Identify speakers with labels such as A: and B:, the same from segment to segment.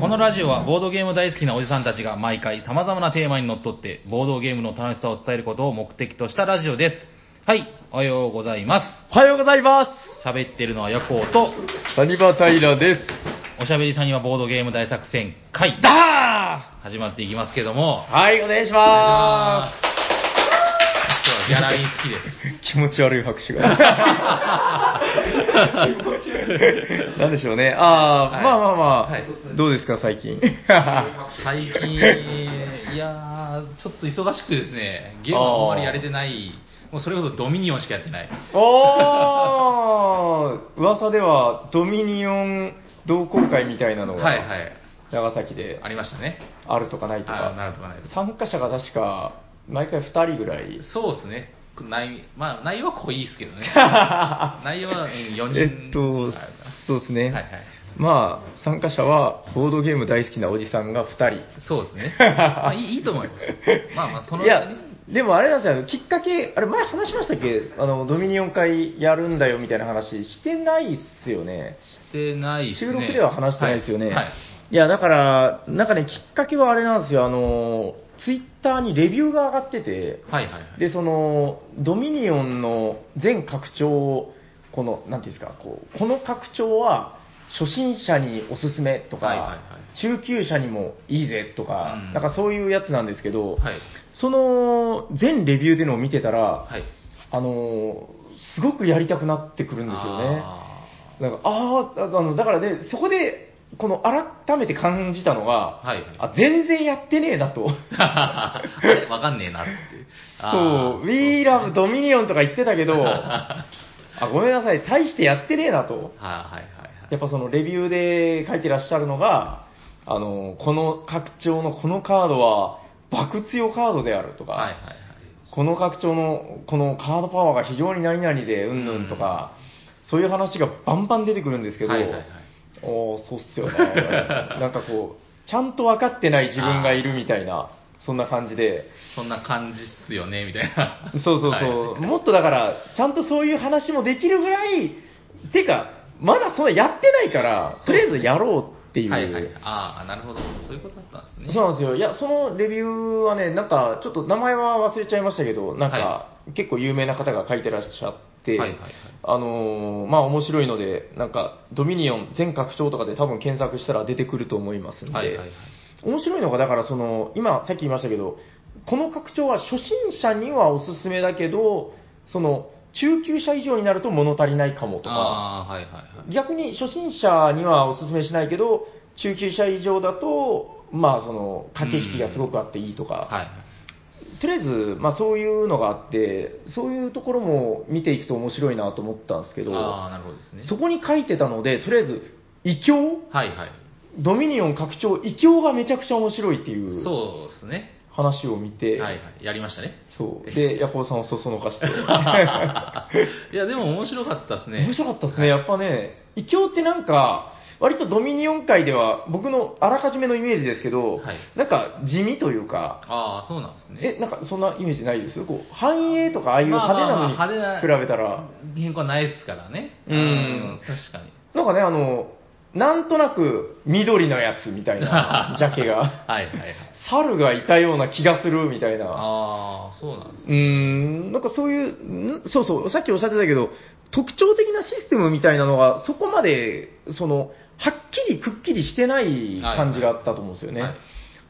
A: このラジオはボードゲーム大好きなおじさんたちが毎回様々なテーマにのっとってボードゲームの楽しさを伝えることを目的としたラジオです。はい、おはようございます。
B: おはようございま
A: 喋ってるのはヤコウと、
B: す。サニバタイラです。
A: おしゃべりさんにはボードゲーム大作戦会
B: だ
A: 始まっていきますけども
B: ー、はい、お願いしま
A: 今日はギャラリー付きです。
B: す。気持ち悪い拍手が。 なんでしょうね。あー、
A: はい
B: まあまあまあ、
A: はい
B: どうですか、最近。
A: 最近、 いやー、ちょっと忙しくてですね、ゲームはあんまりやれてない、もうそれこそドミニオンしかやってない。
B: おー、噂では、ドミニオン同好会みたいなのが、
A: はいはい。
B: 長崎で
A: ありましたね。
B: あるとかないと
A: あな
B: か。
A: るとかないとか。
B: 参加者が確か、毎回2人ぐらい。
A: そうですね。内まあ、内容は濃いです けどね。内容は4人。
B: えっと
A: はい、
B: そうですね。
A: はいはい。
B: まあ、参加者は、ボードゲーム大好きなおじさんが2人。
A: そうですね。まあ、いいいいと思います。まあまあ、そのう
B: い
A: ち
B: や
A: ね。、
B: でもあれなんですよ、きっかけ、あれ前話しましたっけあの、ドミニオン会やるんだよみたいな話してないっすよね。
A: してないですね。
B: 収録では話してないですよね。
A: はい。はい
B: いや、だから、なんかね、きっかけはあれなんですよ、あの、ツイッターにレビューが上がってて、
A: はいはいはい
B: で、その、ドミニオンの全拡張を、この、なんていうんですか、こう、この拡張は、初心者におすすめとか、
A: はいはいは
B: 中級者にもいいぜとか、
A: うん
B: なんかそういうやつなんですけど、
A: はい。
B: その、全レビューでのを見てたら、
A: はい。
B: あの、すごくやりたくなってくるんですよね。
A: あ
B: なんか、あーあ、あの、だからね、そこで、この改めて感じたのが、
A: ーはい。
B: あ、全然やってねえなと。
A: あれわかんねえなって。あ
B: そ
A: ー
B: う、We Love Dominion とか言ってた けど、あごめんなさい、大してやってねえなと。
A: はいはいはいは
B: やっぱそのレビューで書いてらっしゃるのが、あの、この拡張のこのカードは、爆強カードであるとか、
A: い。はいはいはい。
B: この拡張のこのカードパワーが非常に何々でうんぬんとか、そういう話がバンバン出てくるんですけど、
A: はいはいはい
B: おーそうっすよね。なんかこう、ちゃんと分かってない自分がいるみたいな、そんな感じで、
A: そんな感じっすよね、みたいな。
B: そうそうそう、
A: はい
B: もっとだから、ちゃんとそういう話もできるぐらい、てか、まだそんなやってないから、とりあえずやろうっていう、
A: はいはい。ああ、なるほど。そういうことだったんですね。
B: そうなんですよ、いや、そのレビューはね、なんか、ちょっと名前は忘れちゃいましたけど、なんか、
A: は
B: 結構有名な方が書いてらっしゃって、
A: はいはいはい
B: あのーまあ、面白いので、なんか、ドミニオン全拡張とかで多分検索したら出てくると思いますんで、
A: はいはいはい。
B: 面白いのが、だからその、今、さっき言いましたけど、この拡張は初心者にはおすすめだけど、その、中級者以上になると物足りないかもとか、
A: ああ、はいはいはい。
B: 逆に初心者にはおすすめしないけど、中級者以上だと、まあ、その、駆け引きがすごくあっていいとか、
A: はいはい。
B: とりあえず、まあ、そういうのがあって、そういうところも見ていくと面白いなと思ったんですけど、
A: ああ、なるほどですね。
B: そこに書いてたので、とりあえず、異教
A: はいはい。
B: ドミニオン拡張、異教がめちゃくちゃ面白いっていう。
A: そうですね。
B: 話を見て、
A: はいはい。やりましたね。
B: そう。で、ヤコウさんをそそのか して。
A: いや、でも面白かったですね。
B: 面白かったですね。やっぱね、異教ってなんか、割とドミニオン界では、僕のあらかじめのイメージですけど、
A: はい
B: なんか地味というか、
A: ああ、そうなんですね。
B: え、なんかそんなイメージないですこう、繁栄とかああいう派手なのに
A: まあまあまあ派
B: 比
A: 手な
B: べたら、
A: 変更はないですからね。
B: うん
A: 確かに。
B: なんかね、あの、なんとなく緑のやつみたい な、ジャケが。
A: はいはいはい。
B: 猿がいたような気がするみたいな。
A: ああ、そうなんですね
B: うーん、なんかそういう、んそうそう、さっきおっしゃってたけど、特徴的なシステムみたいなのが、そこまで、その、はっきりくっきりしてない感じがあったと思うんですよね。
A: はいはい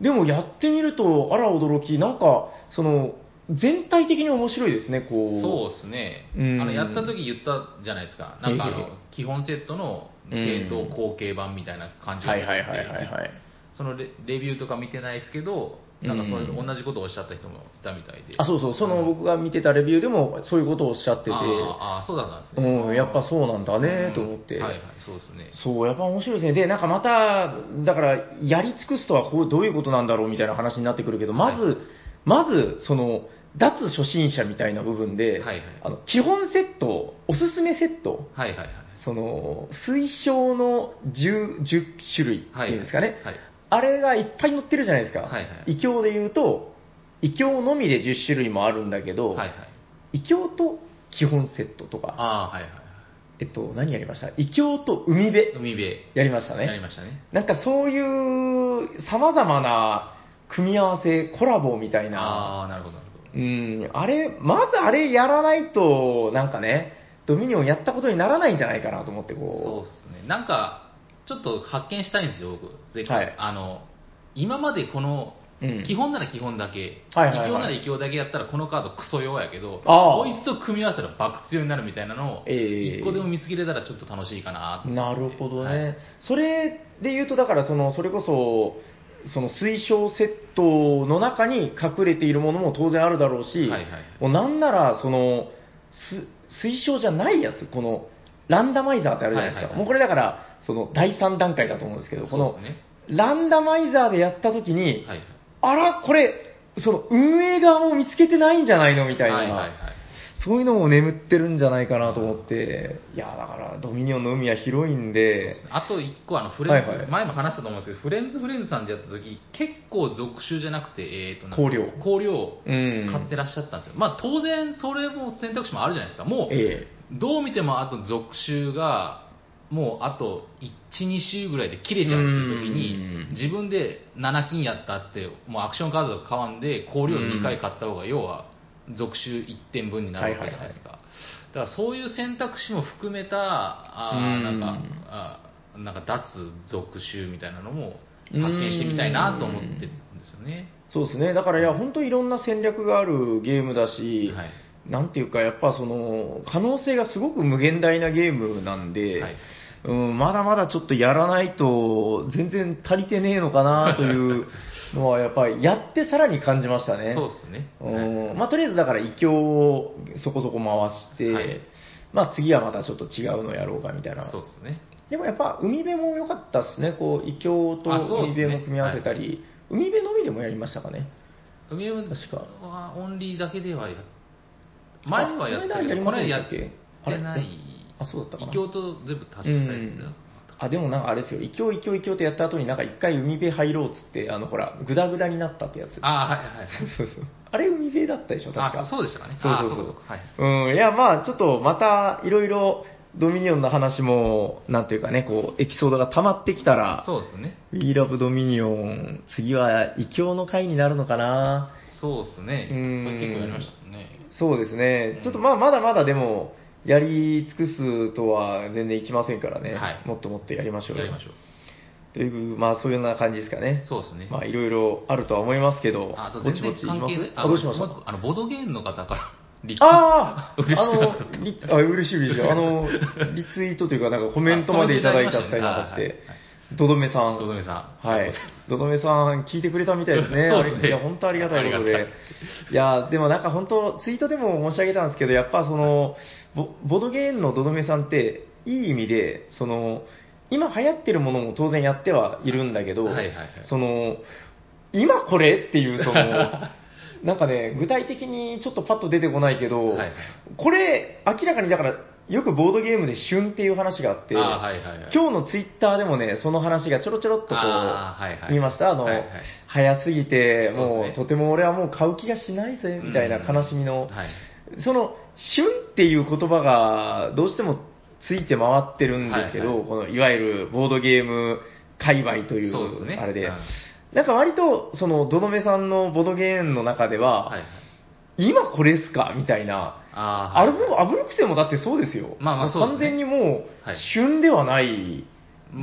B: でもやってみると、あら驚き、なんか、その、全体的に面白いですね、こう。
A: そうですね、
B: うん
A: あのやった時言ったじゃないですか、なんかあ
B: え
A: の基本セットの正当後継版みたいな感じが
B: は
A: す
B: い
A: る
B: はいはいはいはい。
A: そのレレビューとか見てないですけど、なんかそういううん同じことをおっしゃった人もいたみたいで、
B: あ、そうそう、その僕が見てたレビューでも、そういうことをおっしゃってて、
A: あーあー、そうだったんですね。
B: うん、やっぱそうなんだね、と思って。
A: うんはいはい、そうですね。
B: そう、やっぱ面白いですね。で、なんかまた、だから、やり尽くすとはこうどういうことなんだろうみたいな話になってくるけど、まず、
A: は
B: まず、その、脱初心者みたいな部分
A: は
B: で、
A: いはい
B: あの基本セット、おすすめセット、
A: はいはいはい。
B: その、推奨の 10, 10種類って
A: はい
B: いうんですかね、
A: はい。
B: あれがいっぱい載ってるじゃないですか。
A: はいはい
B: 異教で言うと、異教のみで10種類もあるんだけど、
A: はいはい。
B: 異教と基本セットとか、
A: ああ、はいはい。
B: えっと、何やりました異教と海辺
A: 海辺、
B: やりました
A: やり
B: ね。
A: ましたね。
B: なんかそういう様々な組み合わせ、コラボみたいな。
A: ああー、なるほど、なるほど。
B: うん、あれ、まずあれやらないと、なんかね、ドミニオンやったことにならないんじゃないかなと思って、
A: そう
B: こ
A: ですね。なんか、ちょっと発見したいんですよ、僕。ぜひ、
B: はい
A: あの、今までこの、
B: う。うん
A: 基本なら基本だけ、
B: はいはいはい
A: 異教なら異教だけやったらこのカードクソ弱やけど、
B: あー
A: こいつと組み合わせたら爆強になるみたいなのを、
B: ええ
A: 一個でも見つけれたらちょっと楽しいかなって
B: なるほどね、
A: はい
B: それで言うと、だからその、それこそ、その推奨セットの中に隠れているものも当然あるだろうし、
A: はいはいはい
B: もうなんならそのす、推奨じゃないやつ、このランダマイザーってあるじゃないですか、
A: はいはいはい
B: もうこれだから、その第3段階だと思うんですけど、こ
A: そ
B: の
A: うですね
B: ランダマイザーでやったときに、
A: はいはい
B: あら、これ、その運営側も見つけてないんじゃないのみたいな。
A: はいはいはい
B: そういうのも眠ってるんじゃないかなと思って、いや、だから、ドミニオンの海は広いんで、
A: あと一個あのフレンズ、
B: はいはい
A: 前も話したと思うんですけどフレンズフレンズさんでやった時結構続集じゃなくて、えー、となんか
B: 香料
A: 香料
B: うん。
A: 買ってらっしゃったんですよ、まあ当然それも選択肢もあるじゃないですかもう、
B: え
A: どう見てもあと続集がもうあと12週ぐらいで切れちゃうっていう
B: うん
A: 時に自分で7金やったっつってもうアクションカードとか買わんで香料2回買った方が要は続集1点分になるわけじゃないですか、だからそういう選択肢も含めたあー
B: うん
A: なんかあーなんか脱続集みたいなのも発見してみたいなと思ってるんですよね、
B: えそうですね。だから、いや、本当いろんな戦略があるゲームだし、
A: はい
B: なんていうか、やっぱその、可能性がすごく無限大なゲームなんで、
A: はい
B: うん、まだまだちょっとやらないと、全然足りてねえのかなというのは、やっぱり、やってさらに感じましたね。
A: そうですね、
B: うんまあ、とりあえずだから異教をそこそこ回して、
A: はい
B: まあ、次はまたちょっと違うのやろうかみたいな
A: そうですね
B: でもやっぱ海辺も良かったですねこう異教と
A: あそう
B: 海
A: ですね
B: 辺も組み合わせたり、海辺のみでもやりましたかね
A: 海山
B: 確か
A: はオンリーだけではや前にはやった
B: あこの間
A: け
B: やり
A: どこ
B: ませ
A: れやって
B: んでしたっけ
A: な
B: あれ
A: い
B: あそうだったかな
A: 秘境と全部足したやつだ
B: うんあでもなんかあれですよ、異教、異教、異教ってやった後に、なんか一回海辺入ろうっつって、あのほら、ぐだぐだになったってやつ、
A: あーはいはいはい
B: そうそう あれ海辺だったでしょ、確か。
A: あそうでしたかね
B: そうそう
A: あー
B: そう
A: かかはい
B: うん、いや、まあ、ちょっとまたいろいろドミニオンの話も、なんていうかね、こう、エピソードが溜まってきたら、
A: そうですね
B: We Love Dominion、次は異教の回になるのかな。
A: そうですね
B: うん
A: 結構やりましたもんね
B: そうですね
A: う。ん
B: ちょっとまあ、まだまだでも、やり尽くすとは全然いきませんからね。
A: はい
B: もっともっとやりましょうよ
A: やりましょう
B: という、まあ、そういうような感じですかね。
A: そうですね
B: まあ、いろいろあるとは思いますけど、
A: あと
B: ぼ
A: 全
B: ちぼ
A: 然
B: ちいき
A: 関
B: ま
A: 係ない
B: すあ、どうしまし
A: も
B: た
A: う一個あのボードゲームの方からリ
B: あ あ
A: 嬉し
B: あ
A: かっ
B: の、リあ嬉しい嬉しい。あの、リツイートというか、なんかコメントまでいただいちゃったりなんかし
A: あコメン
B: て
A: トいただきましたねはい、
B: どどめさ
A: たとど
B: ん。
A: めさん
B: はい。どどめさん、聞いてくれたみたいですね。
A: そうですね
B: いや、本当ありがたいこと
A: あり
B: で
A: が。
B: いや、でもなんか本当、ツイートでも申し上げたんですけど、やっぱその、ボボドゲームのどどめさんって、いい意味で、その、今流行ってるものも当然やってはいるんだけど、
A: はいはいはい
B: その、今これっ ていう、その、なんかね、具体的にちょっとパッと出てこないけど、
A: はい
B: これ、明らかにだから、よくボードゲームで旬っていう話があって、
A: ああはいはいはい
B: 今日のツイッターでもね、その話がちょろちょろっとこう、
A: あーはいはい
B: 見ました、あの、
A: はいはい
B: 早すぎて、
A: そうですね
B: もうとても俺はもう買う気がしないぜ、みたいな
A: うん
B: 悲しみの、
A: はい
B: その、旬っていう言葉がどうしてもついて回ってるんですけど、
A: はいはい
B: いこのいわゆるボードゲーム界隈とい
A: そうです
B: う、
A: ね
B: あれで、
A: うん
B: なんか割と、その、どどめさんのボードゲームの中では、
A: はいはい
B: 今これっすかみたいな、
A: あー
B: あれ
A: はい
B: も、アブルクセもだってそうですよ。
A: まあまあそうですね
B: 完全にもう
A: はい、
B: 旬ではないです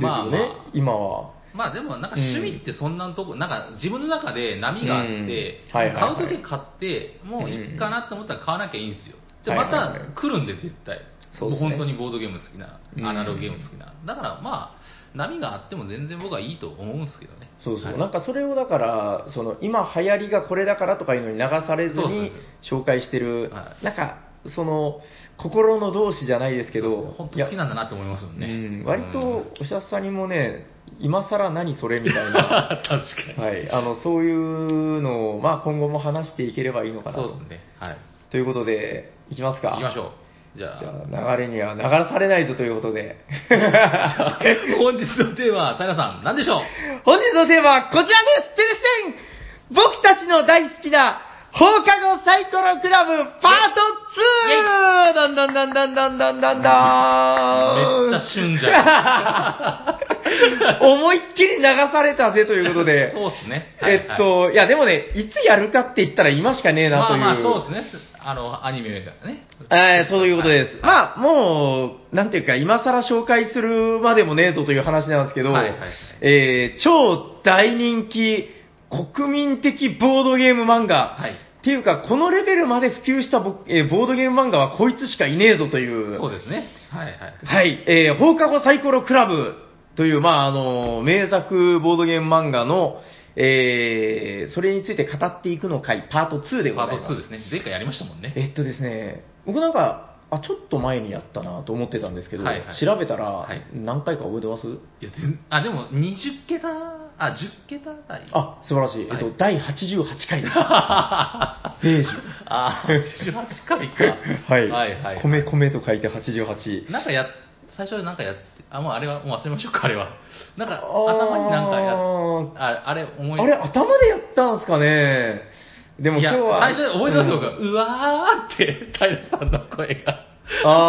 B: よね、
A: まあまあ
B: 今は。
A: まあでもなんか趣味ってそんなとこ、なんか自分の中で波があって、
B: うんはいはいはい
A: 買うとき買って、もういいかなと思ったら買わなきゃいいんですよ。で、
B: はい
A: ま
B: はいはい
A: た来るんで絶対。
B: そうですね
A: も本当にボードゲーム好きな
B: う、ん
A: アナログゲーム好きな。だからまあ、波があっても全然僕はいいと思うんですけどね。
B: そうそ
A: は
B: う、
A: い
B: なんかそれをだから、その今流行りがこれだからとかいうのに流されず
A: そうそう
B: に紹介してる、
A: は
B: なんか、その、心の同士じゃないですけ
A: そう
B: ど
A: そう、本当好きなんだなって思いますもんね。
B: いやうん割
A: うん
B: と、おしゃさんにもね、今更何それみた いな、
A: 確かに。
B: はい、あの、そういうのを、まあ今後も話していければいいのかな
A: そう
B: と。
A: ですね。はい。
B: ということで、いきますか。
A: 行きましょう。じゃあ、
B: じゃあ、流れには流されないとということで。
A: 本日のテーマは、平さん、何でしょう
B: 本日のテーマはこちらですテレセン僕たちの大好きな放課後サイコロクラブパート 2! どんどんどんどんどんどんどんどーん
A: めっちゃ旬じ ゃ。
B: ん思いっきり流されたぜということで
A: そうですね。はいはい
B: えっ、と、いやでもね、いつやるかって言ったら今しかねえなという。
A: まあまあ、そうですね。あの、アニメだからね。
B: えーそういうことです。まあ、もう、なんていうか、今更紹介するまでもねえぞという話なんですけど、
A: はいはい
B: えー超大人気、国民的ボードゲーム漫画、
A: はい
B: っていうか、このレベルまで普及したボ,、えーボードゲーム漫画はこいつしかいねえぞという、
A: そうですね。はいはい。
B: はい、えー放課後サイコロクラブという、まあ、あの、名作ボードゲーム漫画の、えーそれについて語っていくの回、パート2でご
A: パ
B: ざい
A: ー
B: ま
A: ト
B: す。
A: 2ですね。前回やりましたもんね。
B: えっとですね、僕なんか、あ、ちょっと前にやったなと思ってたんですけど、
A: はいはい
B: 調べたら、
A: はい
B: 何回か覚えてます
A: いや、全あ、でも、20桁、あ、10桁台。
B: あ、素晴らしい。えっと、
A: はい
B: 第88回です。ペ ージ。
A: あー、18回か。
B: はい。
A: はいはい。
B: 米米と書いて88。
A: なんかや、最初なんかやって、あ、もうあれは、もう忘れましょうか、あれは。なんか、
B: あー
A: 頭になんかやああれ、思い
B: あれ、頭でやったんすかねでも
A: い
B: 今
A: や
B: 日は。
A: 最初覚えてますよ、
B: うん
A: 僕。うわーって、平さんの声が。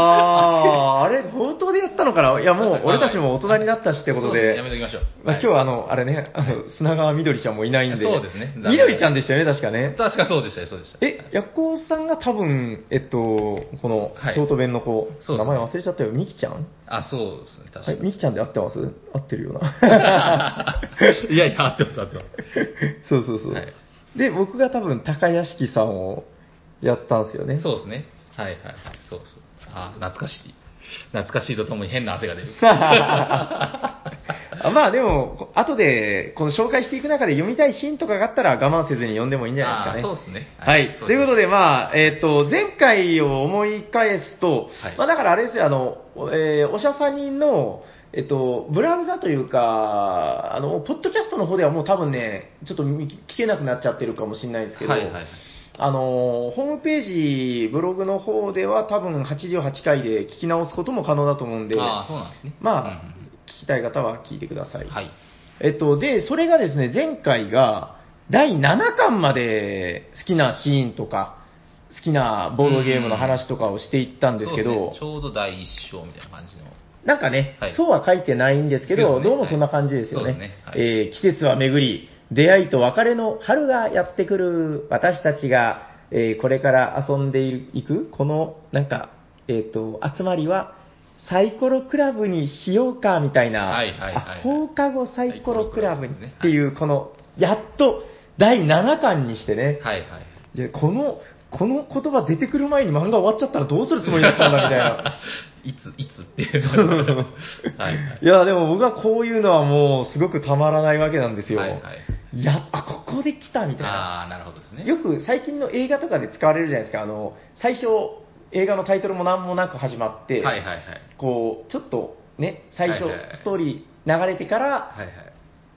B: あー、あれ、本当でやったのかないや、もう俺たちも大人にな ったしってこと
A: そうすねや
B: で
A: め。ときましょう。
B: まあ、今日
A: は
B: はあの、あれね、あの砂川みどりちゃんもいないんで。
A: そうですね残念
B: みどりちゃんでしたよね、確かね
A: い。。確かそうでしたよ、そうでした。
B: え、ヤッコさんが多分、えっと、この
A: はい、
B: 京都弁の子、
A: そうですね
B: 名前忘れちゃったよ、ミキちゃん
A: あ、そうですね、確か
B: え、ミキちゃんで合ってます合ってるよな。
A: に。いやいや、合ってます、合ってます。
B: そうそうそう。
A: はい
B: で、僕が多分、高屋敷さんをやったんですよね。
A: そうですね。はいはいはい。そうそう。あ、懐かしい。懐かしいとともに変な汗が出る。
B: あ まあでも、こ後で、この紹介していく中で読みたいシーンとかがあったら我慢せずに読んでもいいんじゃないですかね。
A: あそうですね。
B: はい。ということ
A: で。
B: で、まあ、えっ、と、前回を思い返すと、
A: はい
B: まあ、だからあれですよ、あの、おえーおしゃさにの、えっと、ブラウザというか、あの、ポッドキャストの方ではもう多分ね、ちょっと見聞けなくなっちゃってるかもしれないですけど、
A: はいはいはい。
B: あの、ホームページ、ブログの方では多分88回で聞き直すことも可能だと思うんで、
A: ああ、そうなんですね。
B: まあ
A: うん
B: 聞きたい方は聞いてくださ
A: うんはい。
B: えっと、で、それがですね、前回が、第7巻まで好きなシーンとか、好きなボードゲームの話とかをしていったんですけ
A: そう
B: ど
A: ね、ちょうど第一章みたいな感じの。
B: なんかね、
A: はい
B: そうは書いてないんですけ
A: そう
B: ど、
A: ですね
B: どうもそんな感じですよ
A: はいそ
B: ね。
A: うですねはい
B: えー季節は巡り、出会いと別れの春がやってくる、私たちが、えーこれから遊んでいく、この、なんか、えっ、と、集まりは、サイコロクラブにしようか、みたいな、
A: はいはいはいはい
B: あ放課後サイコロクラブに
A: サイコロクラブですね
B: っていう、この、やっと、第7巻にしてね、
A: はいはい。
B: いやこの、この言葉出てくる前に漫画終わっちゃったらどうするつもりだったんだ、みたいな。
A: いつ、いつっていう。はいはい。
B: いや、でも僕はこういうのはもうすごくたまらないわけなんですよ。
A: はい
B: い
A: はい
B: や、あ、ここで来たみたいな。
A: ああ、なるほどですね。
B: よく最近の映画とかで使われるじゃないですか。あの、最初、映画のタイトルも何もなく始まって、
A: はいはいはい。
B: こう、ちょっとね、最初
A: はいはいはい、
B: ストーリー流れてから、
A: はいはい。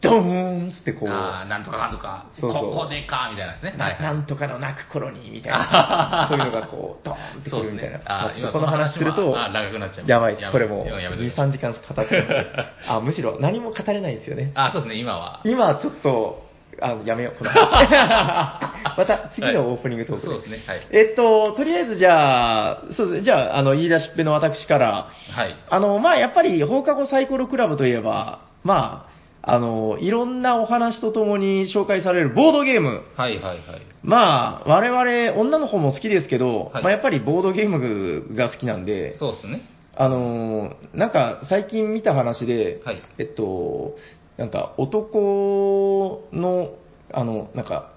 B: ドーンっつってこう、
A: ああ、な
B: な
A: んとかなんとか、
B: そうそう
A: ここでか、みたいなですね。はいはい。
B: なんとかの泣く頃に、みた いな。そういうのがこう、ドーンってく
A: そうで
B: る
A: す
B: みたい
A: ね
B: な。。
A: あ
B: まあ
A: ー
B: ちょっ
A: 今
B: とこの話すると、
A: あー長くなっちゃう。
B: やばいです、これもう、
A: やめとき
B: 2、
A: ましょう
B: 3時間語ってしまうあ、むしろ何も語れないですよね。
A: あー、そうですね、今は。
B: 今ちょっと、あやめよう、この 話。また次のオープニングトークで、
A: そうですね、はい。
B: えっと、とりあえずじゃあ、そうですね、じゃあ、あの、言い出しっぺの私から、
A: はい。
B: あの、まあ、やっぱり放課後サイコロクラブといえば、まあ、あの、いろんなお話とともに紹介されるボードゲーム。
A: はいはいはい。
B: まあ、我々、女の方も好きですけど、
A: はい
B: まあ、やっぱりボードゲームが好きなんで、
A: そうですね。
B: あのーなんか最近見た話で、
A: はい
B: えっと、なんか男の、あの、なんか、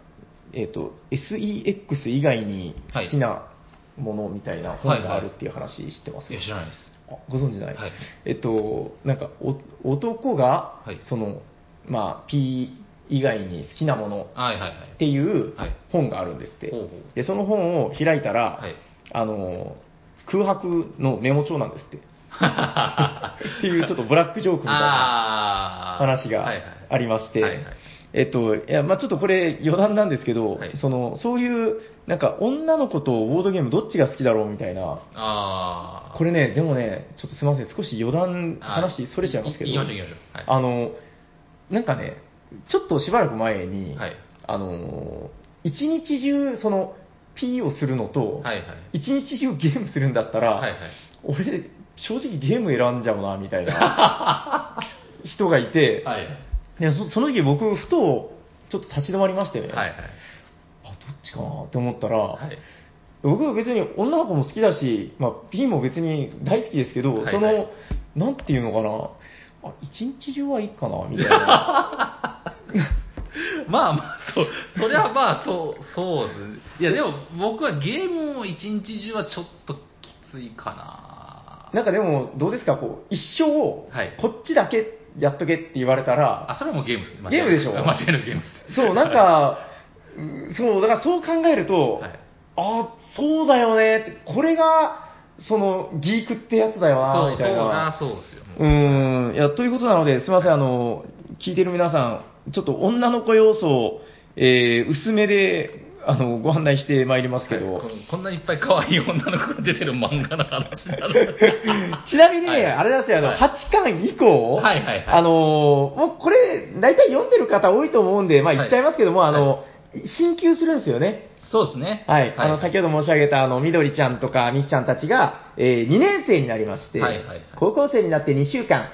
B: えっと、SEX 以外に好きなものみたいな本があるっていう話知ってます
A: いや、知らないです。
B: あご存知ない、
A: はい
B: えっと、なんかお男が、
A: はい
B: その、まあ、P 以外に好きなもの
A: はいはいはい。
B: っていう
A: はい
B: 本があるんですって。
A: ほうほう
B: で、その本を開いたら、
A: はい。
B: あのー空白のメモ帳なんですって。っていうちょっとブラックジョークみたい
A: あ
B: な
A: ー
B: 話が
A: はいはい
B: ありまして、
A: はいはい
B: えっと、いや、まあちょっとこれ余談なんですけど、
A: はい
B: その、そういう、なんか女の子とボードゲームどっちが好きだろうみたいな、
A: あー
B: これね、でもね、ちょっとすみません、少し余談
A: あー
B: 話それちゃいますけど、
A: 行きましょう行きましょう。
B: あの、なんかね、ちょっとしばらく前に、
A: はい
B: あの、一日中、その、P をするのと、
A: はいはい。
B: 一日中ゲームするんだったら、
A: はいはい。
B: 俺、正直ゲーム選んじゃうな、みたいな 人がいて、
A: はい
B: でそその時僕、ふと、ちょっと立ち止まりましてね、
A: はい。はい
B: あどっちかなって思ったら、
A: はい。
B: 僕は別に女の子も好きだし、まあ、P も別に大好きですけど、
A: はいはい
B: その、なんていうのかな、あ一日中はいいかな、みた いな。
A: まあまあ、そう、それはまあ、そう、そうですね。いや、でも僕はゲームを一日中はちょっときついかな。
B: なんかでも、どうですか、こう、一生、
A: はい
B: こっちだけやっとけって言われたら、
A: あ、それはもうゲームですね。間違
B: ゲ
A: い
B: ー
A: な
B: ム
A: く
B: でしょ
A: 間違いなくゲームです。
B: そう、なんか、うそう、だからそう考えると、
A: はい
B: あそうだよねって、これが、その、ギークってやつだよな、
A: そう、
B: み
A: そ
B: た
A: う
B: いな
A: な、。そうですよ。もう
B: うーん、いや、ということなので、すみません、あの、聞いてる皆さん、ちょっと女の子要素を、えー薄めで、あの、ご案内してまいりますけど、
A: はいこんこんなにいっぱい可愛い女の子が出てる漫画の話になる
B: ちなみに、
A: はい
B: あれなんですよ、あの、
A: はい
B: 8巻以降、
A: はいはいはい
B: あの、もうこれ、大体読んでる方多いと思うんで、まあ言っちゃいますけども、
A: はい
B: あの、進級するんですよね。
A: そうですね。
B: はい、あの、先ほど申し上げた、あの、みどりちゃんとかみきちゃんたちが、え2年生になりまして、
A: はいはいはい
B: 高校生になって2週間、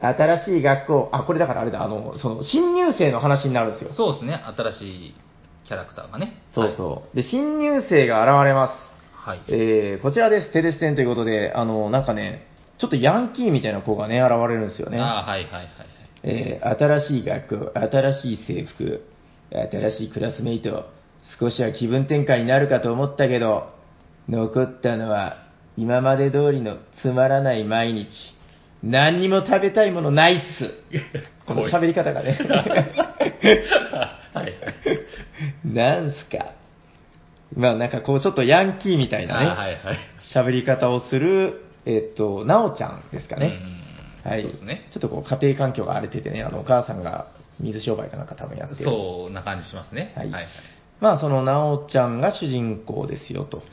B: 新しい学校、あ、これだからあれだ、あの、その、新入生の話になるんですよ。
A: そうですね。新しいキャラクターがね。
B: そうそう。で、新入生が現れます。
A: はい。はい。
B: えーこちらです、テレステンということで、あの、なんかね、ちょっとヤンキーみたいな子がね、現れるんですよね。
A: ああ、はいはいはいはい。
B: えー新しい学校、新しい制服、新しいクラスメイト、少しは気分転換になるかと思ったけど、残ったのは今まで通りのつまらない毎日。何にも食べたいものないっす。この喋り方が ね。
A: はいはい。
B: なんすか。まあなんかこうちょっとヤンキーみたい
A: ああ
B: な
A: は
B: ね、
A: いはい。
B: 喋り方をする、えっと、なおちゃんですかね。
A: うん
B: はい、
A: そうですね。
B: ちょっとこう家庭環境が荒れててね、あのお母さんが水商売かなんか多分やってる。
A: そうな感じしますね。
B: は
A: はいいはい。
B: まあそのなおちゃんが主人公ですよと。
A: はい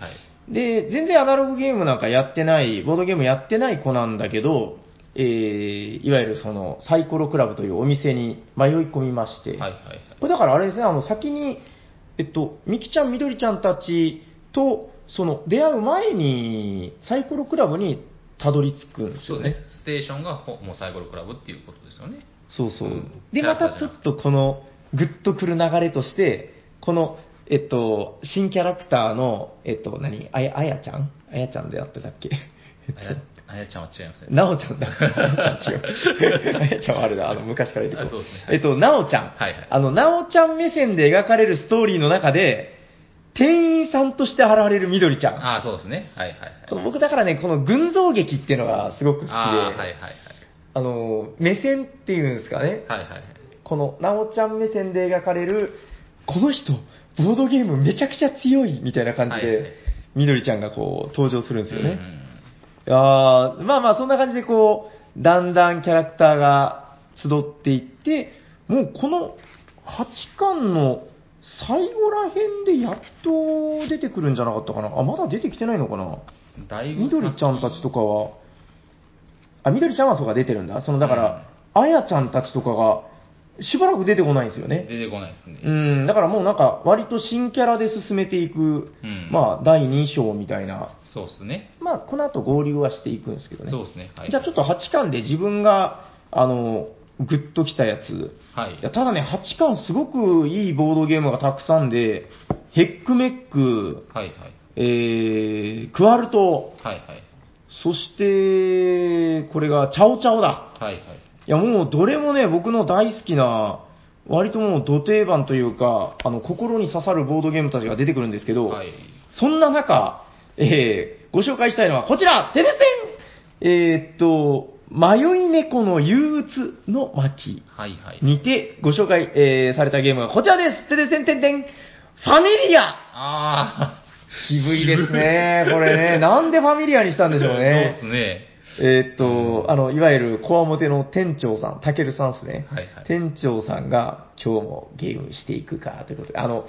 B: で、全然アナログゲームなんかやってない、ボードゲームやってない子なんだけど、えー、いわゆるそのサイコロクラブというお店に迷い込みまして、
A: はいはいはい。
B: これだからあれですね、あの先に、えっと、みきちゃん、みどりちゃんたちと、その出会う前にサイコロクラブにたどり着くんです
A: そう
B: よ
A: です
B: ね
A: ね。。ステーションがほもうサイコロクラブっていうことですよね。
B: そうそう。
A: うん
B: で、またちょっとこの、ぐっとくる流れとして、この、えっと、新キャラクターの、えっと、何あや、あやちゃんあやちゃんでやってたっけえっ
A: あや
B: と、
A: あやちゃんは違い ますね。
B: なおちゃんだ。あやちゃん違う。 あやちゃんはあれだ、あの、昔からいる子
A: あそうですねは
B: え
A: い
B: っと、なおちゃん。
A: はいはい
B: あの、なおちゃん目線で描かれるストーリーの中で、店員さんとして現れるみどりちゃん。
A: ああ、そうですね。はいはいはい。
B: この僕だからね、この群像劇っていうのがすごく好きで、
A: ああ、はいはい
B: あの、目線っていうんですかね。
A: はい。はいはい。
B: この、なおちゃん目線で描かれる、この人、ボードゲームめちゃくちゃ強いみたいな感じ
A: はいは
B: で
A: い、
B: みどりちゃんがこう、登場するんですよ
A: う
B: ね。
A: ん
B: あーまあまあ、そんな感じでこう、だんだんキャラクターが集っていって、もうこの8巻の最後ら辺でやっと出てくるんじゃなかったかな。あ、まだ出てきてないのかな。
A: だいぶ
B: みどりちゃんたちとかは、あ、みどりちゃんはそうか出てるんだ。そのだから、あやちゃんたちとかが、しばらく出てこないんですよ
A: 出
B: ね。
A: てこないですね。
B: うん、だからもうなんか、割と新キャラで進めていく、
A: うん
B: まあ、第2章みたいな。
A: そうですね。
B: まあ、この後合流はしていくんですけどね。
A: そうですね。はい。
B: じゃあちょっと8巻で自分が、あの、グッときたやつ。
A: はい
B: いや、ただね、8巻すごくいいボードゲームがたくさんで、ヘックメック、
A: はいはい。
B: えー、クワルト、
A: はいはい。
B: そして、これが、チャオチャオだ。
A: はいはい。
B: いや、もうどれもね、僕の大好きな、割ともう土定番というか、あの、心に刺さるボードゲームたちが出てくるんですけど、
A: はい。
B: そんな中、えーご紹介したいのはこちら、テレステンえーっと、迷い猫の憂鬱の巻
A: はいはい。
B: にてご紹介、えーされたゲームがこちらです。テレステンテンテンファミリア
A: ああ。
B: 渋いですね、これ ね。なんでファミリアにしたんでしょうね。
A: そうですね。
B: えーっと、あの、いわゆる、コアモテの店長さん、たけるさんですね。
A: はいはい
B: 店長さんが、今日もゲームしていくか、ということで、あの、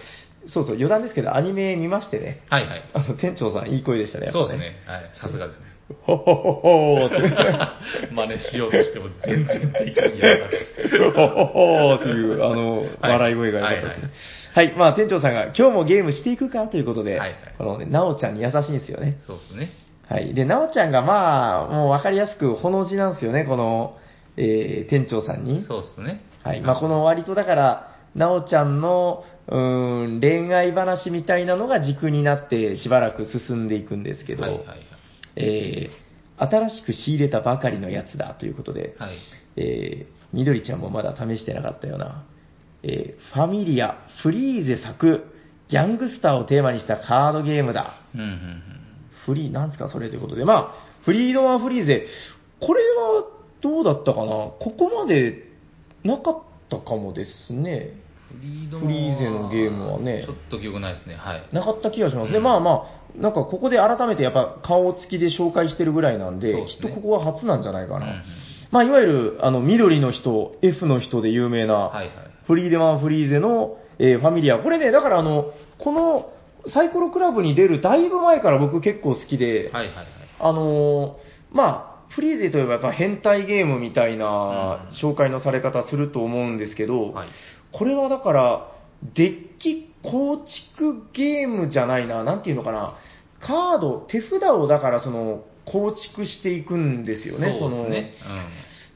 B: そうそう、余談ですけど、アニメ見ましてね。
A: はいはい。
B: あの、店長さん、いい声でしたね。やっぱ
A: そうです。ね。はい。さすがですね。
B: ほほほほーって。
A: 真似しようとしても全然できないやらです。
B: ほほほーっていう、あの、笑い声が良かったですね。はい、まあ、店長さんが、今日もゲームしていくかということ
A: は
B: で、
A: いはい
B: このね、なおちゃんに優しいんですよね。
A: そうですね。
B: はい。で、なおちゃんが、まあ、もう分かりやすく、ほの字なんですよね、この、えー、店長さんに。
A: そうですね。
B: はい。まあ、この割とだから、なおちゃんの、うーん、恋愛話みたいなのが軸になって、しばらく進んでいくんですけど、
A: はいはいはい。
B: えー新しく仕入れたばかりのやつだということで、
A: はい。
B: えー、みどりちゃんもまだ試してなかったような、えーファミリア、フリーゼ作、ギャングスターをテーマにしたカードゲームだ。
A: うんうん
B: フリー、なんすかそれということで、まあ、フリードマンフリーゼ、これはどうだったかなここまでなかったかもですね。
A: うん。フリード
B: フリーゼのゲームはね
A: ちょっと記憶ないですね。はい。
B: なかった気がしますね。
A: うん
B: まあまあ、なんかここで改めてやっぱ顔付きで紹介してるぐらいなんで、
A: そうです
B: き
A: ね
B: っとここは初なんじゃないか
A: う
B: な。
A: んうん
B: まあ、いわゆる、あの、緑の人、F の人で有名な、
A: はいはい。
B: フリーデマン・フリーゼの、えーファミリア。これね、だからあの、このサイコロクラブに出るだいぶ前から僕結構好きで、
A: はいはいはい。
B: あのーまあ、フリーゼといえばやっぱ変態ゲームみたいな
A: うん
B: 紹介のされ方すると思うんですけど、
A: はい。
B: これはだから、デッキ構築ゲームじゃないな、なんていうのかな、カード、手札をだからその、構築していくんですよね、
A: そうですね。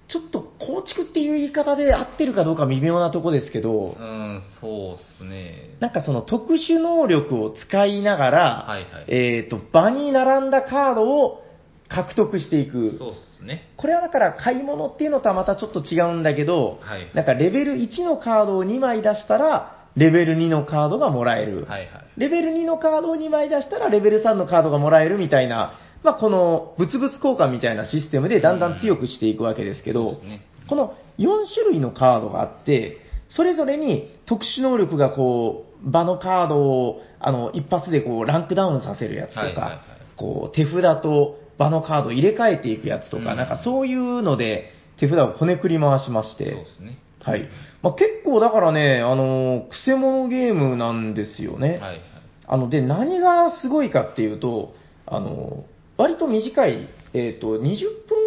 B: そのちょっと構築っていう言い方で合ってるかどうか微妙なとこですけど
A: う、ん。うん、そうですね。
B: なんかその特殊能力を使いながら、
A: はいはい
B: えっ、と、場に並んだカードを獲得していく。
A: そうですね。
B: これはだから買い物っていうのとはまたちょっと違うんだけど、
A: はい。
B: なんかレベル1のカードを2枚出したら、レベル2のカードがもらえる。
A: はいはい。
B: レベル2のカードを2枚出したら、レベル3のカードがもらえるみたいな、まあ、この物々交換みたいなシステムでだんだん強くしていくわけですけど、
A: そうですね。
B: この4種類のカードがあって、それぞれに特殊能力がこう、場のカードをあの一発でこうランクダウンさせるやつとか、
A: はいはいはい
B: こう手札と場のカードを入れ替えていくやつとか、
A: うん
B: なんかそういうので手札をこねくり回しまし
A: そう
B: て
A: で、すね。
B: はいまあ、結構だからね、あのくせ者ゲームなんですよね。
A: はいはい。
B: あので何がすごいかっていうと、あの割と短い、えー、と20分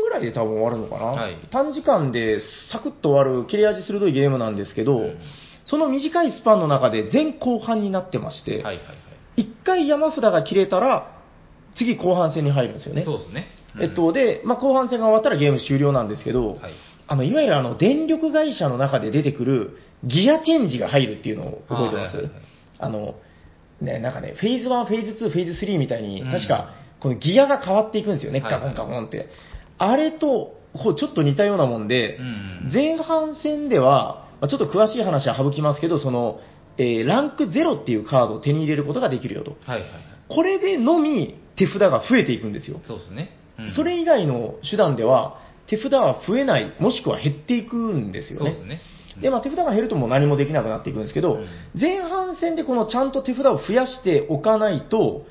B: ぐらいで多分終わるのかな、
A: はい
B: 短時間でサクッと終わる、切れ味鋭いゲームなんですけど、
A: うん
B: その短いスパンの中で前後半になってまして、
A: はいはいは
B: 一1回山札が切れたら、次、後半戦に入るんですよ
A: い。
B: ね。
A: そうですね。うん
B: えっ、とでまあ、後半戦が終わったらゲーム終了なんですけ
A: は
B: ど、
A: い。
B: あのいわゆるあの電力会社の中で出てくるギアチェンジが入るっていうのを覚えてます、
A: はいはいはい
B: あの、ね、なんかね、フェーズ1、フェーズ2、フェーズ3みたいに、
A: うん
B: 確か、このギアが変わっていくんですよね、
A: はい
B: ガコンガコンって。あれと、こう、ちょっと似たようなもんで
A: う、ん。
B: 前半戦では、まあちょっと詳しい話は省きますけど、その、えーランク0っていうカードを手に入れることができるよと。
A: はいはいはい。
B: これでのみ手札が増えていくんですよ。
A: そうですね。うん
B: それ以外の手段では、手札は増えない、もしくは減っていくんですよ
A: そうですね。
B: で、まあ、手札が減るともう何もできなくなっていくんですけど、
A: うん
B: 前半戦でこのちゃんと手札を増やしておかないと、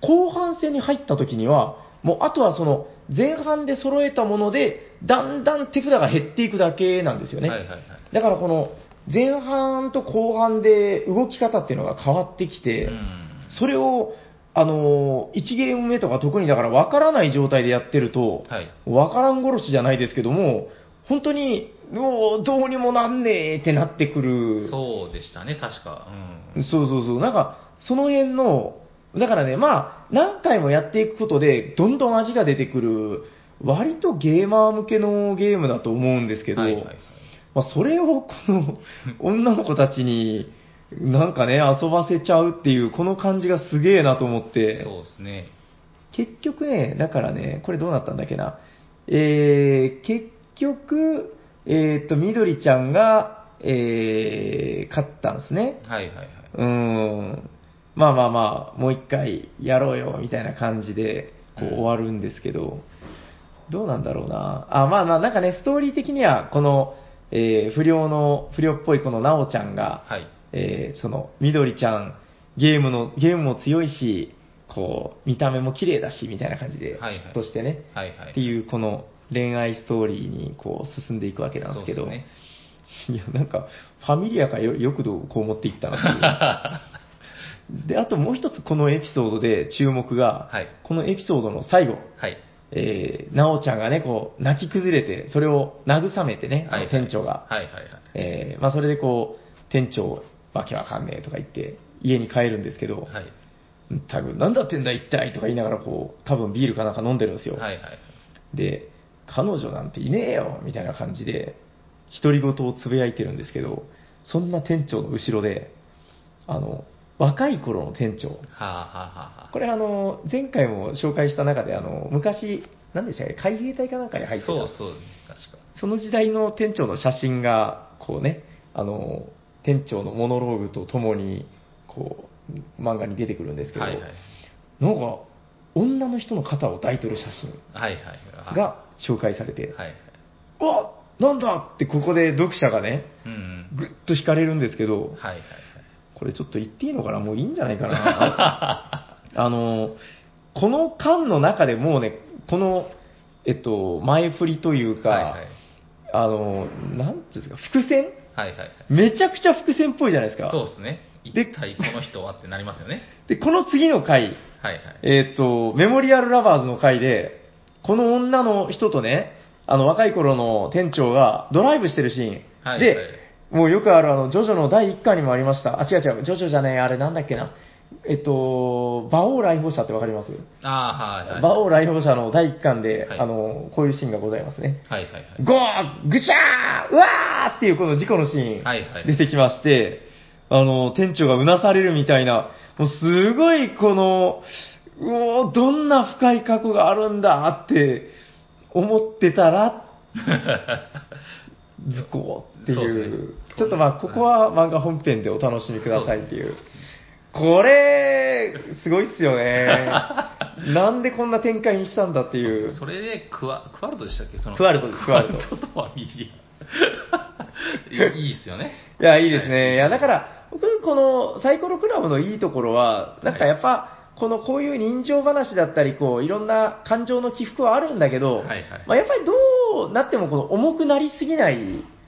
B: 後半戦に入った時には、もうあとはその前半で揃えたもので、だんだん手札が減っていくだけなんですよね。
A: はいはいはい。
B: だからこの前半と後半で動き方っていうのが変わってきて、
A: うん
B: それを、あのー、1ゲーム目とか特にだから分からない状態でやってると、
A: はい。
B: わからん殺しじゃないですけども、本当に、うおどうにもなんねえってなってくる。
A: そうでしたね、確か。うん。
B: そうそうそう。なんか、その辺の、だからね、まあ、何回もやっていくことで、どんどん味が出てくる、割とゲーマー向けのゲームだと思うんですけど、
A: はいはいはい。
B: まあ、それをこの女の子たちに、なんかね、遊ばせちゃうっていう、この感じがすげえなと思って。
A: そうですね。
B: 結局ね、だからね、これどうなったんだっけな。えー、結局、えーっと、みどりちゃんが、えー、勝ったんですね。
A: はいはいはい。
B: うーん。まあまあまあ、もう一回やろうよ、みたいな感じで、こう
A: うん
B: 終わるんですけど、どうなんだろうな。あ、まあまあ、なんかね、ストーリー的には、この、えー不良の、不良っぽいこのなおちゃんが、
A: はい。
B: えーその、みどりちゃん、ゲームの、ゲームも強いし、こう、見た目も綺麗だし、みたいな感じで、
A: はいはい
B: 嫉妬してね、
A: はいはい。
B: っていう、この恋愛ストーリーに、こう、進んでいくわけなんですけど、
A: そうですね
B: いや、なんか、ファミリアがよよくどうこう持っていったなっていう。 で、あともう一つこのエピソードで注目が、
A: はい
B: このエピソードの最後、
A: はい。
B: えー、なおちゃんがね、こう、泣き崩れて、それを慰めてね、あ
A: は
B: の
A: い
B: 店長が、
A: はいはいはい。
B: えー、まあそれでこう、店長、わけわかんねえとか言って、家に帰るんですけど、
A: はい。
B: 多分なんだってんだ一体とか言いながらこう、多分ビールかなんか飲んでるんですよ。
A: はいはい。
B: で、彼女なんていねえよみたいな感じで、独り言をつぶやいてるんですけど、そんな店長の後ろで、あの、若い頃の店長、
A: はあはあはあはあ。
B: これあの、前回も紹介した中で、あの、昔、何でしたっけ、海兵隊かなんかに入ってた、
A: そうそう、確か。
B: その時代の店長の写真が、こうね、あの、店長のモノローグとともに、こう、漫画に出てくるんですけど、
A: はいはい。
B: なんか、女の人の肩を抱いてる写真
A: はいはい。あは
B: が紹介され
A: い
B: て、
A: はい。
B: あなんだってここで読者がね、
A: うん。
B: ぐっと惹かれるんですけど、
A: はいはいはい。
B: これちょっと言っていいのかなもういいんじゃない かなあの、この巻の中でもうね、この、えっと、前振りというか、
A: はいはい。
B: あの、なんていうんですか、伏線
A: はいはいはい。
B: めちゃくちゃ伏線っぽいじゃないですか。
A: そうですね。一
B: で
A: 体この人はってなりますよね。
B: で、この次の回、
A: はいはい。
B: えーっと、メモリアルラバーズの回で、この女の人とね、あの若い頃の店長がドライブしてるシーン。
A: はい
B: で、
A: はい
B: もうよくあるあの、ジョジョの第1巻にもありました。あ、違う違う、ジョジョじゃねえ、あれなんだっけな。えっと、馬王来訪者ってわかります
A: ああ、はいはい。
B: 馬王来訪者の第1巻で、
A: はい
B: あの、こういうシーンがございますね。
A: はいはいはい。
B: ゴーぐしゃーうわーっていうこの事故のシーン、
A: はいはい
B: 出てきまして、あの、店長がうなされるみたいな、もうすごいこの、うおーどんな深い過去があるんだって思ってたら、ズコーっていう。
A: そうですね
B: ちょっとまあ、ここは漫画本編でお楽しみくださいっていう。これ、すごいっす よね。なんでこんな展開にしたんだっていう。
A: それでクワ、クワルトでしたっけその
B: クワルトです
A: クワル
B: ク
A: トとファミリ ア。いいいですよね。
B: いや、いいですね。いや、だから、僕、このサイコロクラブのいいところは、なんかやっぱ、このこういう人情話だったり、こう、いろんな感情の起伏はあるんだけど、
A: はいはい
B: まあやっぱりどうなってもこの重くなりすぎない、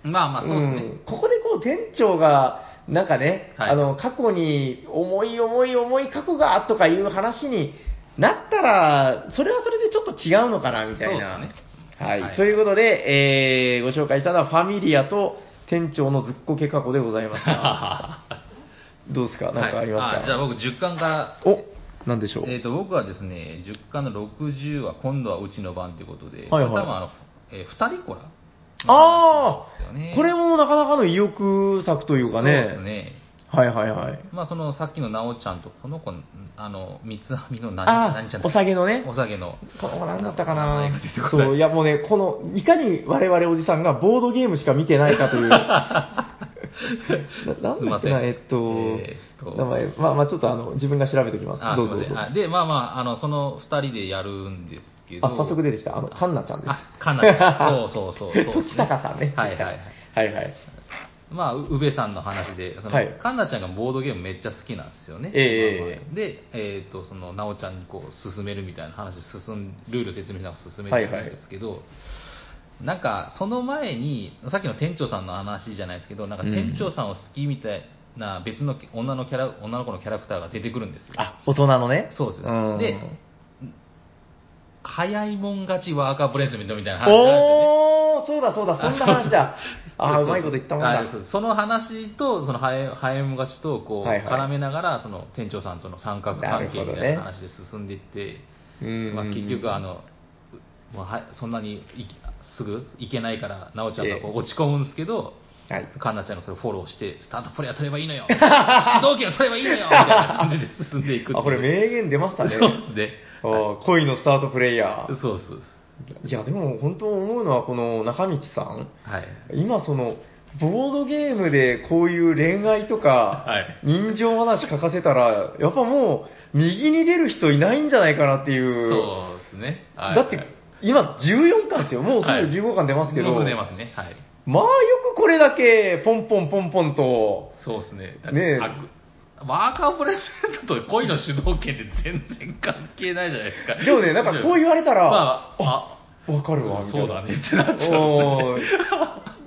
A: まあまあ、そうですね
B: ん。ここでこう、店長が、なんかね、
A: はい
B: あの、過去に重い重い重い過去が、とかいう話になったら、それはそれでちょっと違うのかな、みたいな。
A: そうですね
B: はい、
A: はい
B: ということで、えーご紹介したのはファミリアと店長のずっこけ過去でございました。 どうですかなんかありま
A: はい
B: し
A: じゃ
B: た、
A: あ僕10巻から、
B: おなんでしょう、
A: えっ、と、僕はですね、10巻の60は今度はうちの番ということで、
B: はいはい
A: これ多分あの、えー二人コラの
B: あ
A: 話なんですよね
B: あ、これもなかなかの意欲作というかね。
A: そうですね。
B: はいはいはい。
A: まあ、その、さっきのなおちゃんと、この子、あの、三つ編みの何、
B: あ
A: 何ちゃんだ
B: あ、お
A: っけ
B: 酒のね。
A: お酒の。
B: この何だったか
A: 名前
B: な
A: が出てこない
B: そう、いやもうね、この、いかに我々おじさんがボードゲームしか見てないかと いう。ななんだっけな、
A: すいません
B: えっと、
A: えーっと
B: 名前、まあまあちょっとあの、自分が調べておきます。
A: あ、す
B: ど
A: いう
B: ぞ
A: ま
B: どう
A: せ
B: ぞ
A: ん。。あで、まあまあ、あの、その二人でやるんですけど。
B: あ、早速出てきた。あの、カンナちゃんです。
A: あ、かな り。そうそうそう。そうです
B: 時高さんね。
A: はいはいはい。
B: はいはい。
A: まあ、う宇部さんの話で、その、
B: はい
A: かんなちゃんがボードゲームめっちゃ好きなんですよね。
B: え
A: で、えっ、と、その、なおちゃんにこう、進めるみたいな話、進ん、ルール説明しながら進めてるんですけど、なんか、その前に、さっきの店長さんの話じゃないですけど、なんか
B: うん
A: 店長さんを好きみたいな別の女のキャラ、女の子のキャラクターが出てくるんですよ。
B: あ、大人のね。
A: そうです
B: ん
A: で早いもん勝ちワーカーブレスメントみたいな話になるんですよね。
B: おー、そうだそうだ、そんな話だ。あー、うまいこと言ったもん
A: あ
B: だ
A: そう。そうその話と、その早い早いもがちと、こう、
B: はいはい
A: 絡めながら、その店長さんとの三角関係みたいな話で進んでいって、
B: うん
A: まあ、結局、あの、まあはそんなにいきすぐ行けないから、なおちゃんがこ
B: え
A: う落ち込むんですけど、
B: はい。
A: かんなちゃんがそれをフォローして、スタートプレイヤー取ればいいの よ指導権を取ればいいのよみたいな感じで進んでいくっていう
B: あ、これ名言出ましたね。
A: そうですね。
B: あー恋のスタートプレイヤー。
A: そうそうです。
B: いや、でも本当思うのは、この中道さん、
A: はい。
B: 今その、ボードゲームでこういう恋愛とか
A: はい、
B: 人情話書かせたら、やっぱもう、右に出る人いないんじゃないかなっていう。
A: そうですね。はい
B: だって、今14巻ですよ。もうすぐ
A: はい
B: 15巻出ますけど。
A: もうすぐ出ますね。はい。
B: まあよくこれだけ、ポンポンポンポンと。
A: そうですね。
B: ねえ
A: あワーカープレゼントと恋の主導権って全然関係ないじゃないですか。
B: でもね、なんかこう言われた
A: ま
B: ら、
A: あ、あ、
B: わかるわ、みた
A: そ
B: いう
A: だ
B: な。
A: ねってなっちゃう。
B: おー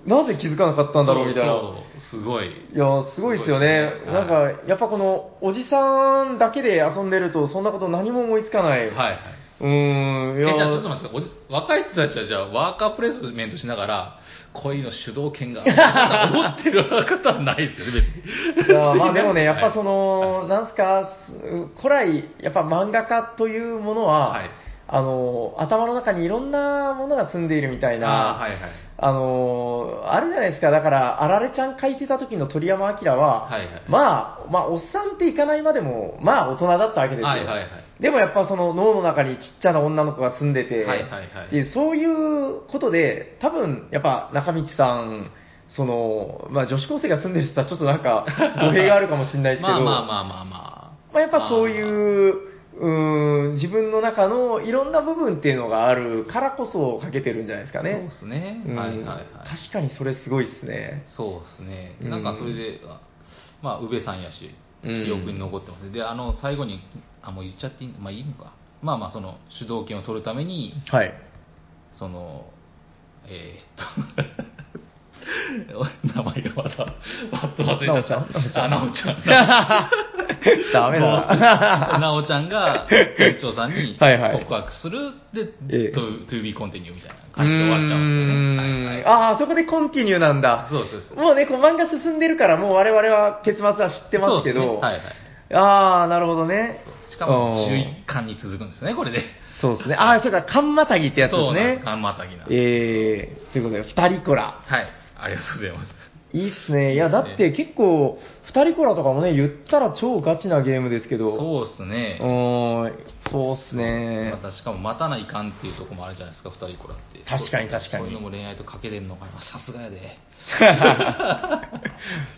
B: なぜ気づかなかったんだろうみたいな。
A: そうそうすごい。
B: いやーすごいですよね
A: すごいですね
B: なん
A: は
B: か、やっぱこの、おじさんだけで遊んでると、そんなこと何も思いつかない。
A: はいはい。
B: うーん、い
A: え、じゃ
B: やー
A: あちょっと待ってくださいおじ若い人たちはじゃあワーカープレイスメントしながら、恋の主導権が、なんか思ってる方はないですよね、別に。
B: いや ーまあでもね、やっぱそ
A: はい
B: の、なんすか、す古来、やっぱ漫画家というものは、
A: はい
B: あの、頭の中にいろんなものが住んでいるみたいな、
A: あーはいはい。
B: あのーあるじゃないですか、だから、あられちゃん書いてた時の鳥山明は、
A: はいはい
B: まあ、まあ、おっさんっていかないまでも、まあ、大人だったわけですよ。
A: はいはいはい
B: でもやっぱその脳の中にちっちゃな女の子が住んでて、
A: はいはいはい
B: でそういうことで、多分やっぱ中道さん、そのまあ、女子高生が住んでるって言ったらちょっとな んか語弊があるかもしれないですけ
A: まあま
B: ど、
A: あまあまあまあ。。
B: まあやっぱそういうう、うーん自分の中のいろんな部分っていうのがあるからこそ書けてるんじゃないですかね。
A: そうですね。
B: うん
A: はいはいはい。
B: 確かにそれすごいですね。
A: そうです
B: う
A: ね。
B: ん
A: なんかそれで、あまあ、宇部さんやし、
B: うん
A: 記憶に残ってます。で、あの、最後に、あ、もう言っちゃっていいまあいいのか。まあまあ、その、主導権を取るために、
B: はい。
A: その、えー、っと、 名前がまた、パッと忘れちゃった。なおちゃん。あ、なおちゃん。
B: ダメだな。
A: なおちゃんが、店長さんに
B: はいはい
A: 告白する、
B: え
A: で、
B: え
A: トゥービーコンティニューみたいな感じで 終わっちゃうんですよね。はいはい
B: ああ、そこでコンティニューなんだ。
A: そうそうそう。
B: もうね、こう漫画進んでるから、もう我々は結末は知ってますけ
A: そうです
B: ど。
A: ねはいはい
B: ああ、なるほどね
A: そう。しかも、
B: うん
A: 11巻に続くんですね、これで。
B: そうですね。ああ、そうか、カンマタギってやつで
A: そ
B: す
A: うなん
B: ね
A: です。。またぎなんです
B: ええー、ということで、二人コラ。
A: はい。ありがとうございます。
B: いいっすね。いや、だって結構、二人コラとかもね、言ったら超ガチなゲームですけど。
A: そうですね。
B: うーん、そうっすね。
A: またしかも待たないかんっていうところもあるじゃないですか、二人こらって。
B: 確かに確か
A: そ
B: に
A: ういうのも恋愛とかけてんのかな、さすがやで。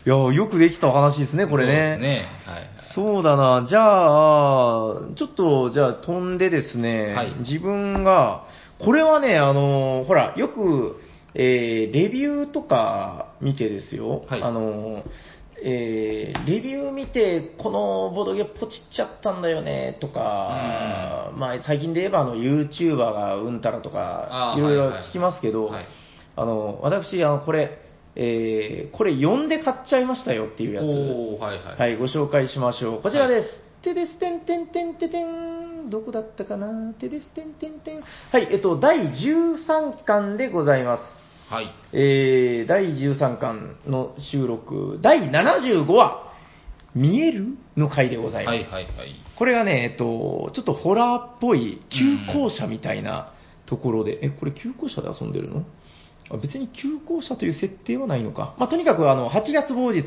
B: いや、よくできた話ですね、これ
A: そうです
B: ね。
A: ね。はい。
B: そうだな。じゃあ、ちょっと、じゃあ飛んでですね、
A: はい
B: 自分が、これはね、あの、ほら、よく、えーレビューとか見てですよ、
A: はい
B: あの、えーレビュー見て、このボードゲームポチっちゃったんだよね、とか、まあ、最近で言えばあの、YouTuber がうんたらとか
A: あ、ー
B: いろいろ
A: はいはい
B: 聞きますけど、
A: はい
B: あの、私、あの、これ、えーこれ読んで買っちゃいましたよっていうやつ。
A: おー、はいはい。
B: はい、ご紹介しましょう。こちらです。てですてんてんてんてんてん。どこだったかなてですてんてんてん。はい、えっと、第13巻でございます。
A: はい。
B: えー、第13巻の収録、第75話、見えるの回でござ
A: はいい
B: ます。
A: はいはい。
B: これがね、えっと、ちょっとホラーっぽい、旧校舎みたいなところで、え、これ旧校舎で遊んでるのあ別に旧校舎という設定はないのか。まあ、とにかく、あの、8月某日、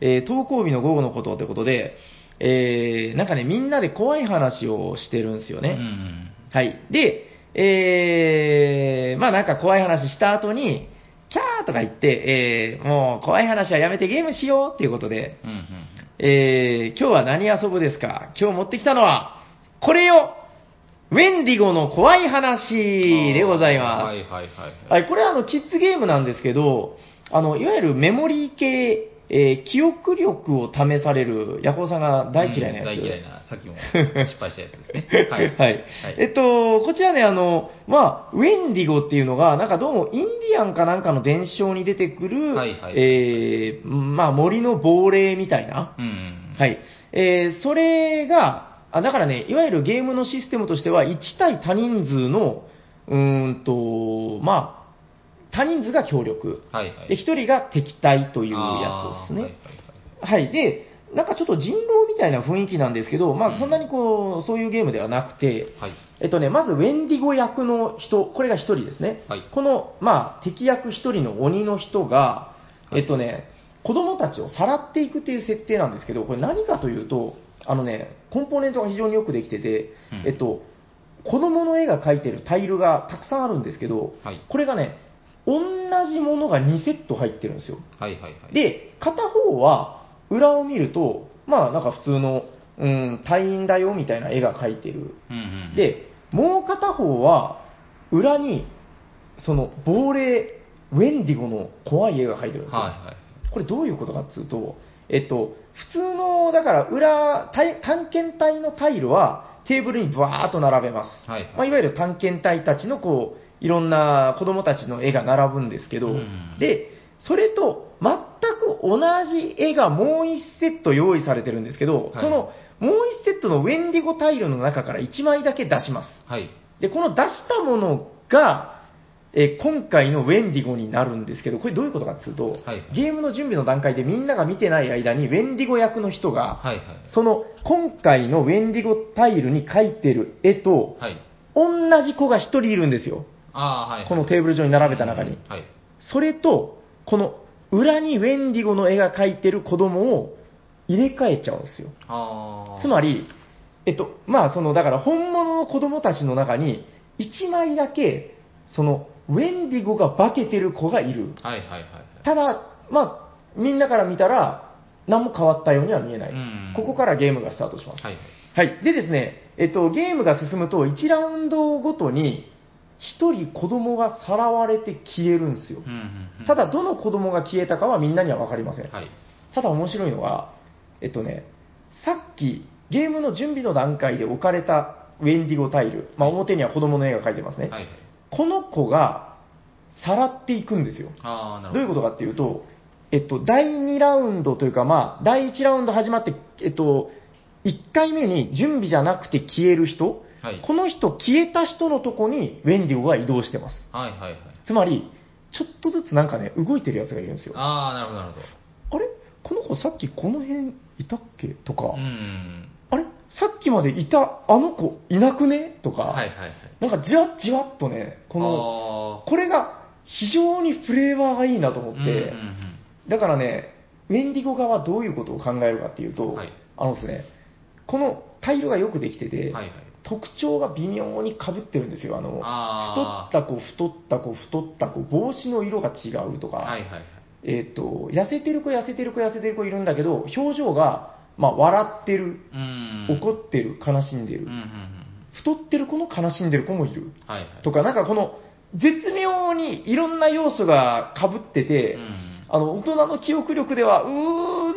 B: えー登校日の午後のことということで、えー、なんかね、みんなで怖い話をしてるんですよね。
A: うん。
B: はい。で、えー、まあなんか怖い話した後に、キャーとか言って、えー、もう怖い話はやめてゲームしようっていうことで、
A: うんうん
B: えー今日は何遊ぶですか今日持ってきたのは、これよウェンディゴの怖い話
A: うん。
B: でございます。は
A: はい
B: い、
A: はいはいはい。
B: これはあの、キッズゲームなんですけど、あの、いわゆるメモリー系、えー記憶力を試される、ヤコウさんが大嫌いなやつ。
A: うん大嫌いな、さっきも失敗したやつですね。
B: はい、え
A: え
B: っと、こちらね、あの、まあ、ウェンディゴっていうのが、なんかどうもインディアンかなんかの伝承に出てくる、
A: はいはい
B: えーまあ、森の亡霊みたいな、
A: うんうん。
B: はい。えーそれが、あだからね、いわゆるゲームのシステムとしては、1対多人数の、うーんと、まあ、多人数が協力。
A: はいはい。
B: で、1人が敵対というやつですね。はい。で、なんかちょっと人狼みたいな雰囲気なんですけど、ま
A: う
B: あ
A: ん
B: そんなにこう、そういうゲームではなくて、
A: あーはいはい
B: えっとね、まずウェンディゴ役の人、これが1人ですね。
A: はい
B: この、まあ、敵役1人の鬼の人が、
A: はい
B: えっとね、子供たちをさらっていくっていう設定なんですけど、これ何かというと、あのね、コンポーネントが非常によくできてて、
A: うん
B: えっと、子供の絵が描いてるタイルがたくさんあるんですけど、
A: はい
B: これがね、同じものが2セット入ってるんですよ。
A: はいはいはい。
B: で、片方は裏を見ると、まあなんか普通の、うん、隊員だよみたいな絵が描いてる
A: うんうんうん、
B: で、もう片方は、裏に、その、亡霊、ウェンディゴの怖い絵が描いてるんですよ。
A: はいはい。
B: これどういうことかっていうと、えっと、普通の、だから裏、たい探検隊のタイルはテーブルにバーっと並べます。
A: はいはい
B: まあ、いわゆる探検隊たちのこう、いろんな子供たちの絵が並ぶんですけど、
A: うん
B: で、それと全く同じ絵がもう1セット用意されてるんですけど、
A: はい
B: そのもう1セットのウェンディゴタイルの中から1枚だけ出します。
A: はい。
B: で、この出したものが、えー今回のウェンディゴになるんですけど、これどういうことかっていうと、
A: はい
B: ゲームの準備の段階でみんなが見てない間にウェンディゴ役の人が、
A: はいはい。
B: その今回のウェンディゴタイルに描いてる絵と、
A: はい。
B: 同じ子が1人いるんですよ。
A: ああ、はいはい。
B: このテーブル上に並べた中に。
A: はい。
B: それと、この裏にウェンディゴの絵が描いてる子供を入れ替えちゃうんですよ。
A: ああ。
B: つまり、えっと、まあ、その、だから本物の子供たちの中に、1枚だけ、その、ウェンディゴが化けてる子がいる。
A: はいはいはい。
B: ただ、まあ、みんなから見たら、何も変わったようには見えない。
A: うん
B: ここからゲームがスタートします。
A: はいはい。
B: はい。でですね、えっと、ゲームが進むと、1ラウンドごとに、1人子供がさらわれて消えるんですよ
A: う。んうんうん
B: ただ、、どの子供が消えたかはみんなには分かりません。
A: はい。
B: ただ面白いのは、えっとね、さっきゲームの準備の段階で置かれたウェンディゴタイル、まあ、表には子供の絵が描いてますね、
A: はいはい。
B: この子がさらっていくんですよ。
A: ああ、なるほど。
B: どういうことかっていうと、えっと、第2ラウンドというか、まあ、第1ラウンド始まって、えっと、1回目に準備じゃなくて消える人、
A: はい
B: この人、消えた人のとこにウェンディゴが移動してます。
A: はいはいはい。
B: つまり、ちょっとずつなんかね、動いてるやつがいるんですよ。
A: ああ、なるほどなるほど。
B: あれこの子さっきこの辺いたっけとか、
A: うん。
B: あれさっきまでいたあの子いなくねとか、
A: はいはいはい。
B: なんかじわっじわっとね、この、
A: の、
B: これが非常にフレーバーがいいなと思って、
A: うんうんうん
B: だからね、ウェンディゴ側はどういうことを考えるかっていうと、
A: はい
B: あのですね、このタイルがよくできてて、
A: はいはい。
B: 特徴が微妙に被ってるんですよ。あの、
A: あー
B: 太った子、太った子、太った子、帽子の色が違うとか、
A: はいはいはい。
B: えっ、と、痩せてる子、痩せてる子、痩せてる子いるんだけど、表情が、まあ、笑ってる、
A: うん。
B: 怒ってる、悲しんで
A: う
B: る
A: んうん。うん。
B: 太ってる子の悲しんでる子もいる。
A: はいはい。
B: とか、なんかこの、絶妙にいろんな要素が被ってて、
A: うん
B: あの、大人の記憶力では、うー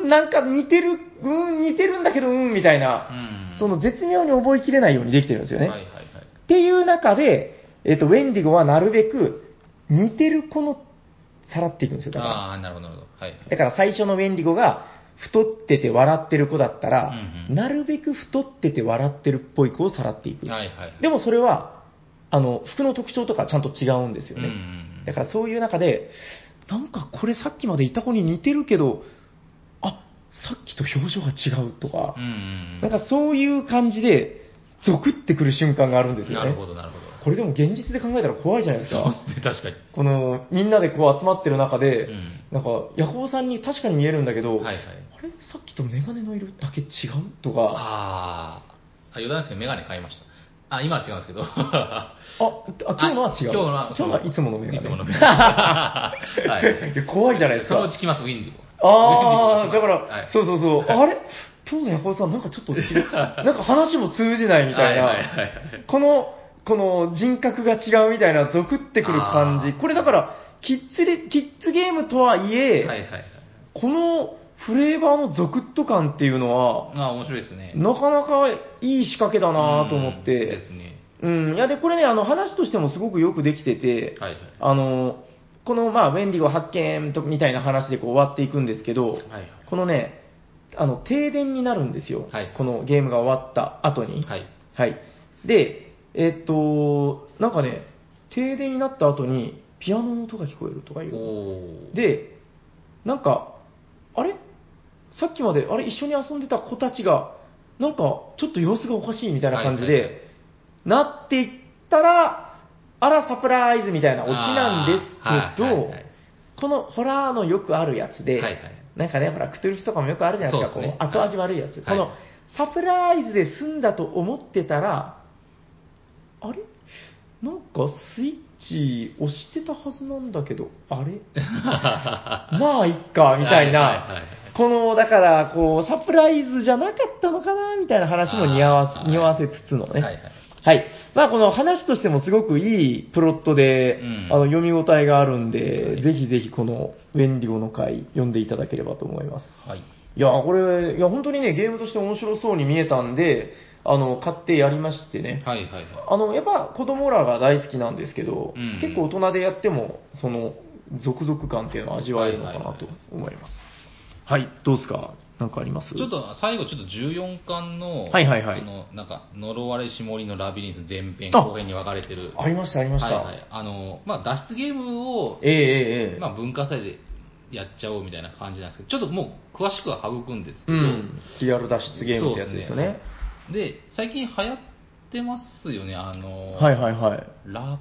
B: ん、なんか似てる、うーん、似てるんだけど、うーん、みたいな、
A: うん。
B: その絶妙に覚えきれないようにできてるんですよね。
A: はいはいはい。
B: っていう中で、えっ、と、ウェンディゴはなるべく、似てる子の、さらっていくんですよ。だから
A: ああ、なるほどなるほど。はいはい。
B: だから最初のウェンディゴが太ってて笑ってる子だったら、
A: うんうん
B: なるべく太ってて笑ってるっぽい子をさらっていく。
A: はいはいはい。
B: でもそれは、あの、服の特徴とかちゃんと違うんですよね。
A: うんうんうん
B: だからそういう中で、なんかこれさっきまでいた子に似てるけど、あ、さっきと表情が違うとか
A: う、んう
B: なんんかそういう感じで、ゾクってくる瞬間があるんです
A: うん。
B: よ
A: な
B: ね。
A: るほどなるほど。
B: これでも現実で考えたら怖いじゃないですか。
A: そうですね、確かに。
B: この、みんなでこう集まってる中で、
A: うん
B: なんか、ヤホーさんに確かに見えるんだけど、
A: はいはい。
B: あれさっきとメガネの色だけ違うとか、あ
A: ああ、余談ですけど、メガネ買いました。あ、今は違うんですけど。あ、
B: あ、今日のは違う。
A: 今日のは、
B: 今日のはいつものメガネ。
A: いつものメガネ。 はい。
B: いや怖いじゃないです
A: その
B: か
A: う。ち来ます、ウィンディゴ。
B: ああ、
A: ウィン
B: だ
A: ディゴ
B: か
A: が
B: ら、
A: 来ますはい、
B: そうそ うそう、あれ今日のヤホーさんなんかちょっと違う。なんか話も通じないみた
A: はい
B: い
A: はいはいは
B: な。この、この人格が違うみたいな、ゾクってくる感
A: あ
B: じ。
A: ー
B: これだから、キッズで、キッズゲームとはいえ、
A: はいはいはい。
B: このフレーバーのゾクッと感っていうのは、
A: ああ、面白いですね。
B: なかなかいい仕掛けだなと思っ
A: うん
B: て
A: で、すね。
B: うん、いやで、これね、あの話としてもすごくよくできてて、
A: はいはい。
B: あのこの、まあ、ウェンディゴ発見とみたいな話でこう終わっていくんですけど、
A: はいはい
B: このね、あの停電になるんですよ、
A: はい
B: このゲームが終わった後に。
A: はい。
B: はい、で、えっと、なんかね、停電になった後に、ピアノの音が聞こえるとかいう。
A: おー。
B: で、なんか、あれさっきまで、あれ一緒に遊んでた子たちが、なんか、ちょっと様子がおかしいみたいな感じ
A: はいはいはい
B: で、なっていったら、あら、サプライズみたいなオチなんですけ
A: あーはいはい
B: ど
A: はい、
B: このホラーのよくあるやつで
A: はいはい、
B: なんかね、ほら、クトゥルフとかもよくあるじゃないですか、
A: そうですね
B: こう後味悪いやつ。
A: はい
B: この、サプライズで済んだと思ってたら、あれなんかスイッチ押してたはずなんだけど、あれまあ、いっか、
A: はいは
B: みたい
A: いはい
B: な。この、だから、こう、サプライズじゃなかったのかな、みたいな話も似合わ
A: あー
B: せ、似合わせつつのね。
A: はいはい
B: はいまあ、この話としてもすごくいいプロットで、
A: うん
B: あの、読み応えがあるん
A: は
B: で、
A: い
B: ぜひぜひこの、ウェンディゴの回、読んでいただければと思います。
A: はい。
B: いやー、これ、いや、本当にね、ゲームとして面白そうに見えたんで、あの、買ってやりましてね。
A: はいはいはい。
B: あのやっぱ子供らが大好きなんですけど、
A: うん
B: 結構大人でやってもその続々感っていうのを味わえるのかなと思います。はい、どうですかなんかあります
A: ちょっと最後、ちょっと14巻の、
B: はいはいはい
A: そのなんか、呪われし森のラビリンス前編、
B: あ
A: 後編に分かれてる、
B: ありました、ありました。
A: はいはい、あの、まあ、脱出ゲームを、
B: ええええええ
A: まあ、文化祭でやっちゃおうみたいな感じなんですけど、ちょっともう詳しくは省くんですけ
B: う
A: ど、
B: ん。リアル脱出ゲームってやつですよね。
A: そうですね。で、最近流行ってますよね、あの、
B: はいはいはい。
A: ラー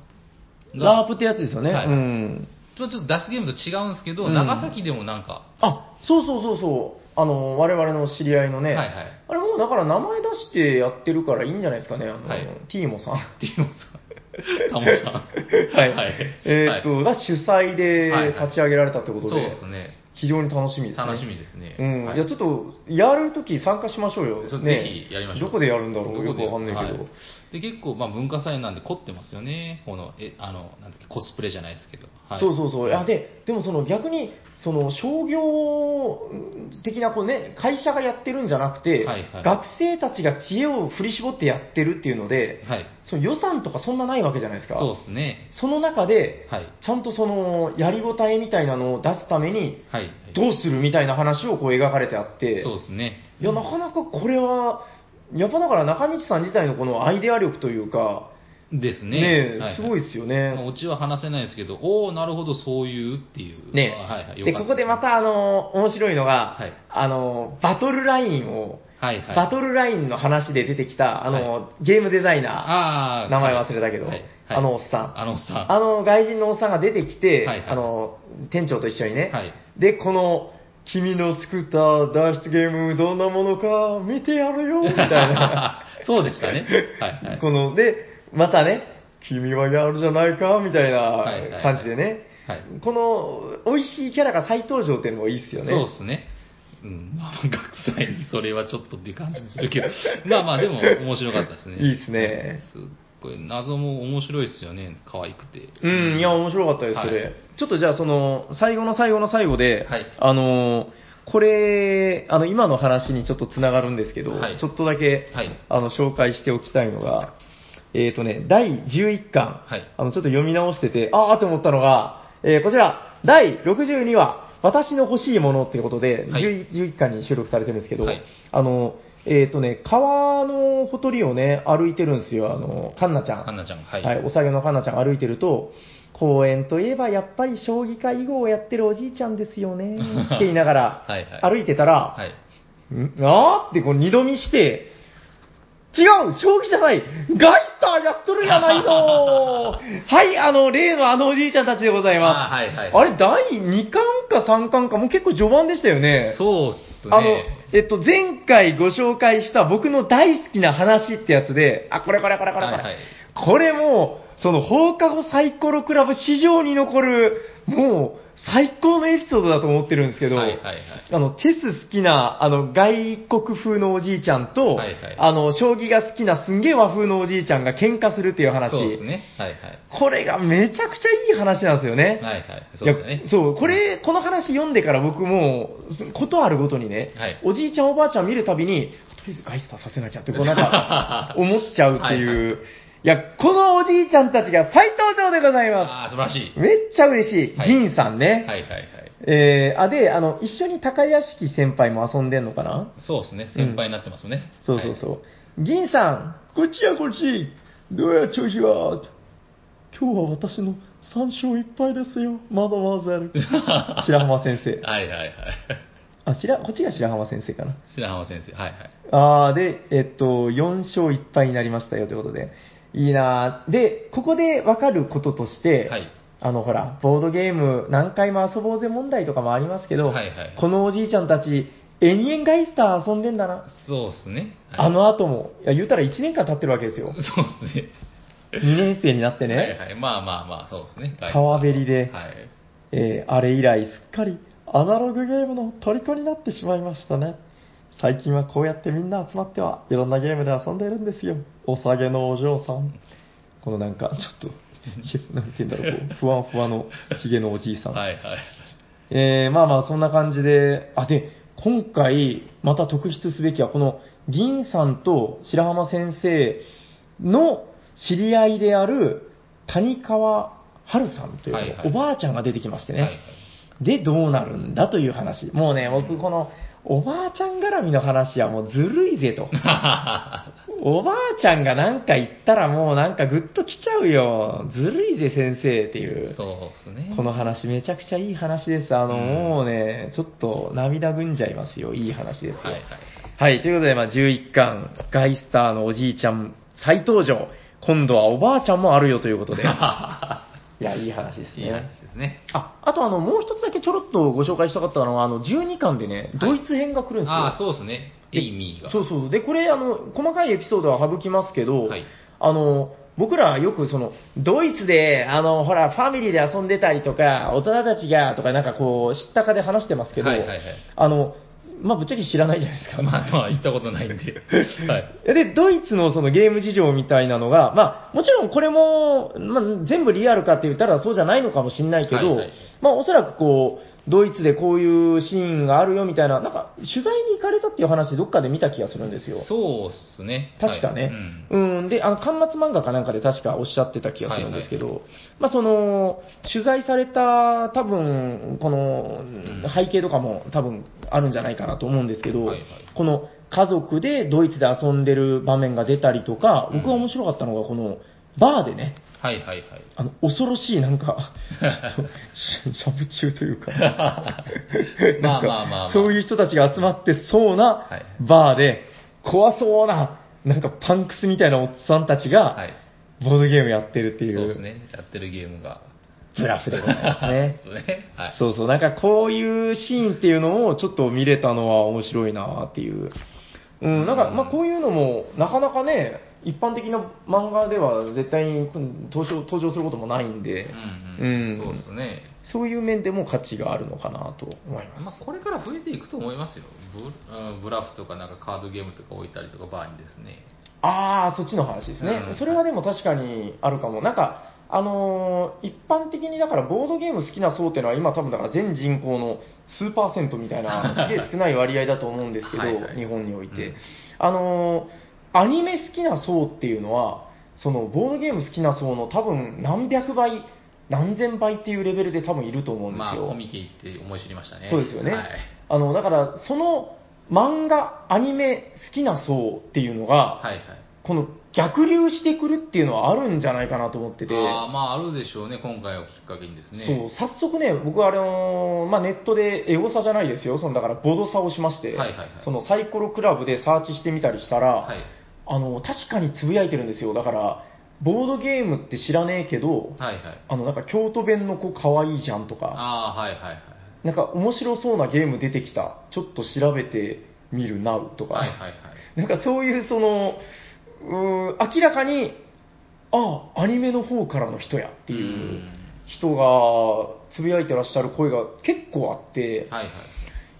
A: プが
B: ラープってやつですよね。
A: はい
B: うん。
A: まあちょっと脱出ゲームと違うんですけど、
B: うん
A: 長崎でもなんか、
B: あ、そうそうそうそう。あの、我々の知り合いのね、
A: はいはい。
B: あれもうだから名前出してやってるからいいんじゃないですかね、あ の、
A: はい
B: ティーモさん。
A: ティモさん、タモさん。 はい。
B: えーっ
A: はい
B: と、が主催で
A: はいはい
B: 立ち上げられたってこと
A: そう
B: で、
A: ですね。
B: 非常に楽しみですね。
A: 楽しみですね。
B: うん、
A: はい
B: い、やちょっとやるとき参加しましょうよ、
A: そうぜひやりましょう
B: どこでやるんだろう、
A: ど
B: よ
A: こ
B: く
A: で
B: わかんないけど、
A: はで、結構、まあ、文化祭なんで凝ってますよね。この、え、あの、なんだっけ、コスプレじゃないですけど。はい。
B: そうそうそう、あででもその逆にその商業的なこう、ね、会社がやってるんじゃなくて、
A: はいはい
B: 学生たちが知恵を振り絞ってやってるっていうので、
A: はい。
B: その予算とかそんなないわけじゃないですか、
A: そうですね。
B: その中で、
A: はい。
B: ちゃんとそのやりごたえみたいなのを出すために、
A: はい。
B: どうするみたいな話をこう描かれてあって。
A: そうですね。
B: いや、なかなかこれは、やっぱだから中道さん自体のこのアイデア力というか、
A: ですね。
B: ねえ
A: はは
B: すごいですよ
A: まあ
B: ね。
A: オチは話せないですけど、おおなるほど、そういうっていう。
B: ね
A: あはいはい。よ
B: で、
A: かっ
B: こ
A: た
B: こでま、た、あの、面白いのが、
A: はい
B: あの、バトルラインを、
A: はいはい。
B: バトルラインの話で出てきた、あの、ゲームデザイナ
A: あ
B: ー、
A: あ、
B: 名前忘れたけど、
A: はいはい
B: あのおっさん。
A: あのおっさん。
B: あの外人のおっさんが出てきて、
A: はいはい
B: あの店長と一緒にね、
A: はい
B: で、この、君の作った脱出ゲーム、どんなものか見て やるよ、みたいな。
A: そうでしたね。はいはい。
B: この、で、またね、君はやるじゃないか、みたい
A: いは
B: ない感じでね。
A: はい
B: この、美味しいキャラが再登場っていうのもいいっすよね。
A: そうですね。うん、まあ、学祭にそれはちょっとっていう感じもするけど、 まあまあ、でも面白かったですね。
B: いいっすね。
A: すっごい、謎も面白いですよね、可愛くて。
B: うん、いや、面白かったです、
A: はい
B: それ。ちょっとじゃあ、その、最後の最後の最後で、
A: はい
B: あの、これ、あの、今の話にちょっとつながるんですけど、
A: はい
B: ちょっとだけ、
A: はい
B: あの、紹介しておきたいのが、えっ、とね、第11巻、
A: はい
B: あの、ちょっと読み直してて、あーって思ったのが、えーこちら、第62話、私の欲しいものっていうことで、
A: はい
B: 11 11巻に収録されてるんですけど、
A: はい
B: あの、えっ、とね、川のほとりをね、歩いてるんですよ、あの、カンナちゃん。
A: はンナちゃん、はい。
B: はい、おさげのかなちゃんが歩いてると、公園といえばやっぱり将棋か囲碁をやってるおじいちゃんですよ ねって言いながら
A: はいはい
B: 歩いてたら、
A: はい。
B: んあーってこう二度見して、違う将棋じゃないガイスターやっとるじゃな いのはい、あの、例のあのおじいちゃんたちでございま
A: あーはい
B: す。
A: はい。
B: あれ、第2巻か3巻か、もう結構序盤でしたよね。
A: そうっす
B: あの
A: ね。、
B: えっと、前回ご紹介した僕の大好きな話ってやつで、あ、これこれこれこれこれ。
A: はいはい
B: これもう、その放課後サイコロクラブ史上に残る、もう最高のエピソードだと思ってるんですけど、
A: はいはいはい。
B: あの、チェス好きな、あの、外国風のおじいちゃんと、
A: はいはい
B: あの、将棋が好きなすんげえ和風のおじいちゃんが喧嘩するっていう話。
A: そうですね。はいはい。
B: これがめちゃくちゃいい話なんですよね。
A: はいはい。そうです
B: い
A: ね
B: や。そう、これ、この話読んでから僕も、ことあるごとにね、
A: はい
B: おじいちゃんおばあちゃん見るたびに、とりあえずガイスターさせなきゃって、こうな んか、思っちゃうっていう。
A: はい
B: いや、このおじいちゃんたちが再登場でございま
A: ああ、素晴らしい
B: す。。めっちゃ嬉しい。
A: はい
B: 銀さんね。
A: はいはいはい。
B: えー、あ、で、あの、一緒に高屋敷先輩も遊んでんのかな
A: そうですね。先輩になってますよね。。
B: そうそうそうう。銀さん、こっちやこっち。どうや、調子は。今日は私の3勝1敗ですよ。まだまだやる。白浜先生。
A: はいはいはい。
B: あ、白、こっちが白浜先生かな。
A: 白浜先生、はいはい。
B: あー、で、えっと、4勝1敗になりましたよということで。いいなーで、ここでわかることとして、
A: はい
B: あの、ほら、ボードゲーム何回も遊ぼうぜ問題とかもありますけど、
A: はいはい
B: このおじいちゃんたち、延々ガイスター遊んでんだな。
A: そうですね。はい
B: あの後も、いや言うたら1年間経ってるわけですよ。
A: そうですね。
B: 2年生になってね、
A: はいはい。まあまあまあ、そうですね。
B: 川べりで
A: はい。
B: えーあれ以来すっかりアナログゲームの虜になってしまいましたね。最近はこうやってみんな集まってはいろんなゲームで遊んでいるんですよ。お下げのお嬢さん。このなんか、ちょっと、 なんて言うんだろう、こうふわんふわのヒゲのおじいさん。
A: はいはい。
B: えーまあまあそんな感じで、あ、で、今回また特筆すべきは、この銀さんと白浜先生の知り合いである谷川春さんという、
A: はいはい
B: おばあちゃんが出てきましてね、
A: はいはい
B: で、どうなるんだという話。もうね、僕、この、おばあちゃん絡みの話はもうずるい ぜと。おばあちゃんがなんか言ったらもうなんかグッと来ちゃうよ。ずるいぜ、先生っていう。
A: そうですね。
B: この話めちゃくちゃいい話です。あの、
A: うん
B: もうね、ちょっと涙ぐんじゃいますよ。いい話ですよ。
A: はいはい。
B: はい、ということで、まあ、11巻、ガイスターのおじいちゃん再登場。今度はおばあちゃんもあるよとい うことで。いや、いい話です
A: いい話
B: ね
A: で。すね。
B: あ、あとあの、もう一つだけちょろっとご紹介したかったのは、あの、12巻でね、
A: は
B: ド
A: い
B: イツ編が来るんですよ。
A: ああ、そうですね。エイミーが。
B: そうそう。で、これ、あの、細かいエピソードは省きますけど、
A: はい
B: あの、僕らよくその、ドイツで、あの、ほら、ファミリーで遊んでたりとか、大人たちが、とか、なんかこう、知ったかで話してますけど、
A: はいはいはい
B: あの、まあ、ぶっちゃけ知らないじゃないですか。
A: まあまあ、行ったことないんで。 はい。
B: で、ドイツのそのゲーム事情みたいなのが、まあ、もちろんこれも、まあ、全部リアルかって言ったらそうじゃないのかもしれないけど、
A: はいはい
B: まあ、おそらくこう、ドイツでこういうシーンがあるよみたいな、なんか、取材に行かれたっていう話、どっかで見た気がするんですよ。
A: そうですね。
B: 確かね、
A: はい
B: うん、で、あの、巻末漫画かなんかで確かおっしゃってた気がするんですけど、まあ、その、取材された、多分、この
A: ん、
B: 背景とかも多分あるんじゃないかなと思うんですけど、
A: はいはい
B: この、家族でドイツで遊んでる場面が出たりとか、
A: うん
B: 僕が面白かったのが、この、バーでね、
A: はいはいはい。
B: あの、恐ろしい、なんか、ちょっと、ししゃぶ中という か、
A: ま
B: な
A: あ
B: ん
A: まあまあまあ
B: か、そういう人たちが集まってそうな
A: はい
B: バーで、怖そうな、なんかパンクスみたいなおっさんたち
A: は
B: が、
A: い。
B: ボードゲームやってるってい
A: そうです
B: う、
A: ね。やってるゲームが。。
B: ブラフでございますね
A: そうですね。はい。
B: そうそう、なんかこういうシーンっていうのをちょっと見れたのは面白いなっていう。うん、なんか、まあこういうのも、なかなかね、一般的な漫画では絶対に登場登場することもないんで、
A: うんうん。
B: うん
A: そうですね。
B: そういう面でも価値があるのかなと思います
A: ま。あ、これから増えていくと思いますよ。ブうんブラフとかなんかカードゲームとか置いたりとかバーにですね。
B: ああ、そっちの話ですね、
A: うん
B: それはでも確かにあるかも、なんか、あのー一般的にだからボードゲーム好きな層っていうのは、今、多分だから全人口の数パーセントみたい な、すげえ少ない割合だと思うんですけど、
A: はいはい
B: 日本において、
A: うん
B: あのーアニメ好きな層っていうのは、そのボードゲーム好きな層の多分何百倍、何千倍っていうレベルで多分いると思うんですよ。
A: まあ、コミケ行って思い知りましたね。
B: そうですよね。
A: はい。
B: あの、だから、その漫画、アニメ好きな層っていうのが、
A: はいはい。
B: この逆流してくるっていうのはあるんじゃないかなと思ってて、
A: ああ、まあ、あるでしょうね。今回をきっかけにですね。
B: そう、早速ね、僕あのーまあ、ネットでエゴサじゃないですよ、そのだからボドサをしまして、
A: はいはいはい
B: そのサイコロクラブでサーチしてみたりしたら、
A: はい。
B: あの確かにつぶやいてるんですよ、だから、ボードゲームって知らねえけど、
A: はいはい。
B: あのなんか京都弁の子かわいいじゃんとか、
A: ああ、はいはいはい。
B: なんか面白そうなゲーム出てきた、ちょっと調べてみるなうとか、
A: はいはいはい。
B: なんかそういうその、うーん、明らかに、ああ、アニメの方からの人やってい
A: ん
B: う人がつぶやいてらっしゃる声が結構あって、
A: はいはい。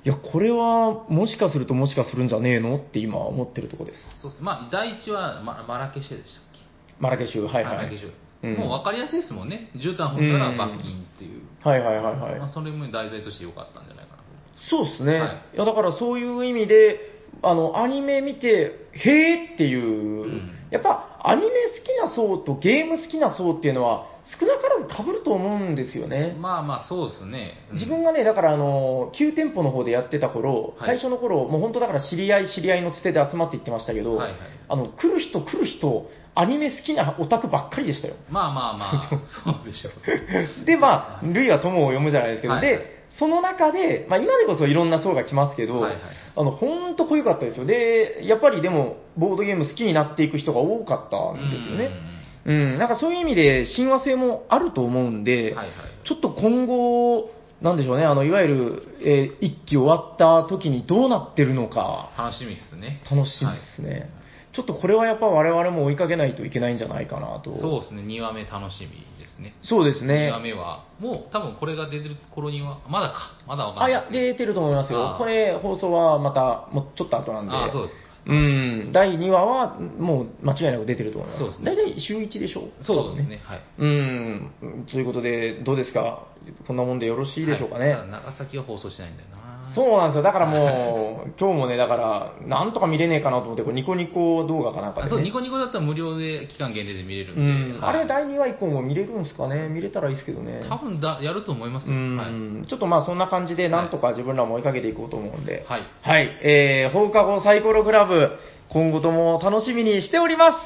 B: いや、これはもしかするともしかするんじゃねえのって今思ってるとこです。
A: そうです。まあ、第一はママラケシェでしたっけ
B: マラケシュ、はいはい。
A: マ
B: は
A: ラケ
B: い
A: シェ。
B: うん
A: もう分かりやすいですもんね。絨毯掘ったら罰金っていう。
B: はいはい
A: ま
B: は
A: あ、
B: い。
A: それも題材として良かったんじゃないかなと思います
B: そうですね。
A: はい
B: い、や、だからそういう意味で、あの、アニメ見て、へえっていう、
A: ん
B: やっぱアニメ好きな層とゲーム好きな層っていうのは少なからず被ると思うんですよね。
A: まあまあ、そうですね。うん
B: 自分がね、だからあの、旧店舗の方でやってた頃、
A: はい
B: 最初の頃、もう本当だから知り合い知り合いのつてで集まっていってましたけど、
A: はいはい
B: あの、来る人来る人、アニメ好きなオタクばっかりでしたよ。
A: まあまあま あ、そうでしょう。
B: で、まあ、類は友を読むじゃないですけど、
A: はいはい
B: で、その中で、まあ今でこそいろんな層が来ますけど、
A: はいはい
B: あの、ほんと濃ゆかったですよ。で、やっぱりでも、ボードゲーム好きになっていく人が多かったんですよね。うんなんかそういう意味で親和性もあると思うん
A: うん
B: で、
A: はいはい。
B: ちょっと今後、なんでしょうね、あのいわゆる、えー一期終わった時にどうなってるのか、
A: 楽しみですね。
B: 楽しみですね、ちょっとこれはやっぱ我々も追いかけないといけないんじゃないかなと。
A: そうですね、2話目楽しみですね。
B: そうです
A: 2
B: ね
A: 話。目は、もう多分これが出てる頃には、まだか、まだわか
B: あ、
A: ん
B: い
A: ないで
B: や、
A: す
B: 出てると思いますよ
A: あ。ー
B: これ、放送はまた、もうちょっと後なんで。
A: ああ、そうです。
B: うん、第2話は、もう間違いなく出てると思います。
A: そうですね
B: 大体週1でしょ
A: そうです
B: 多分
A: ね、はい。
B: うん、ということで、どうですかこんなもんでよろしいでしょうかね。
A: はいただ長崎は放送してないんだよな。
B: そうなんですよ。だからもう、 今日もね、だから、なんとか見れねえかなと思って、こうニコニコ動画かなんかで、
A: あ
B: ね。
A: そう、ニコニコだったら無料で期間限定で見れる
B: うん
A: で。
B: ん。あ
A: はい
B: れ、第2話以降も見れるんですかね。見れたらいいですけどね。
A: 多分だ、やると思います
B: う
A: よ。はい。
B: ん。ちょっとまあ、そんな感じで、なんとか自分らも追いかけていこうと思うんで。
A: はい。
B: はい。えー、放課後サイコロクラブ、今後とも楽しみにしております。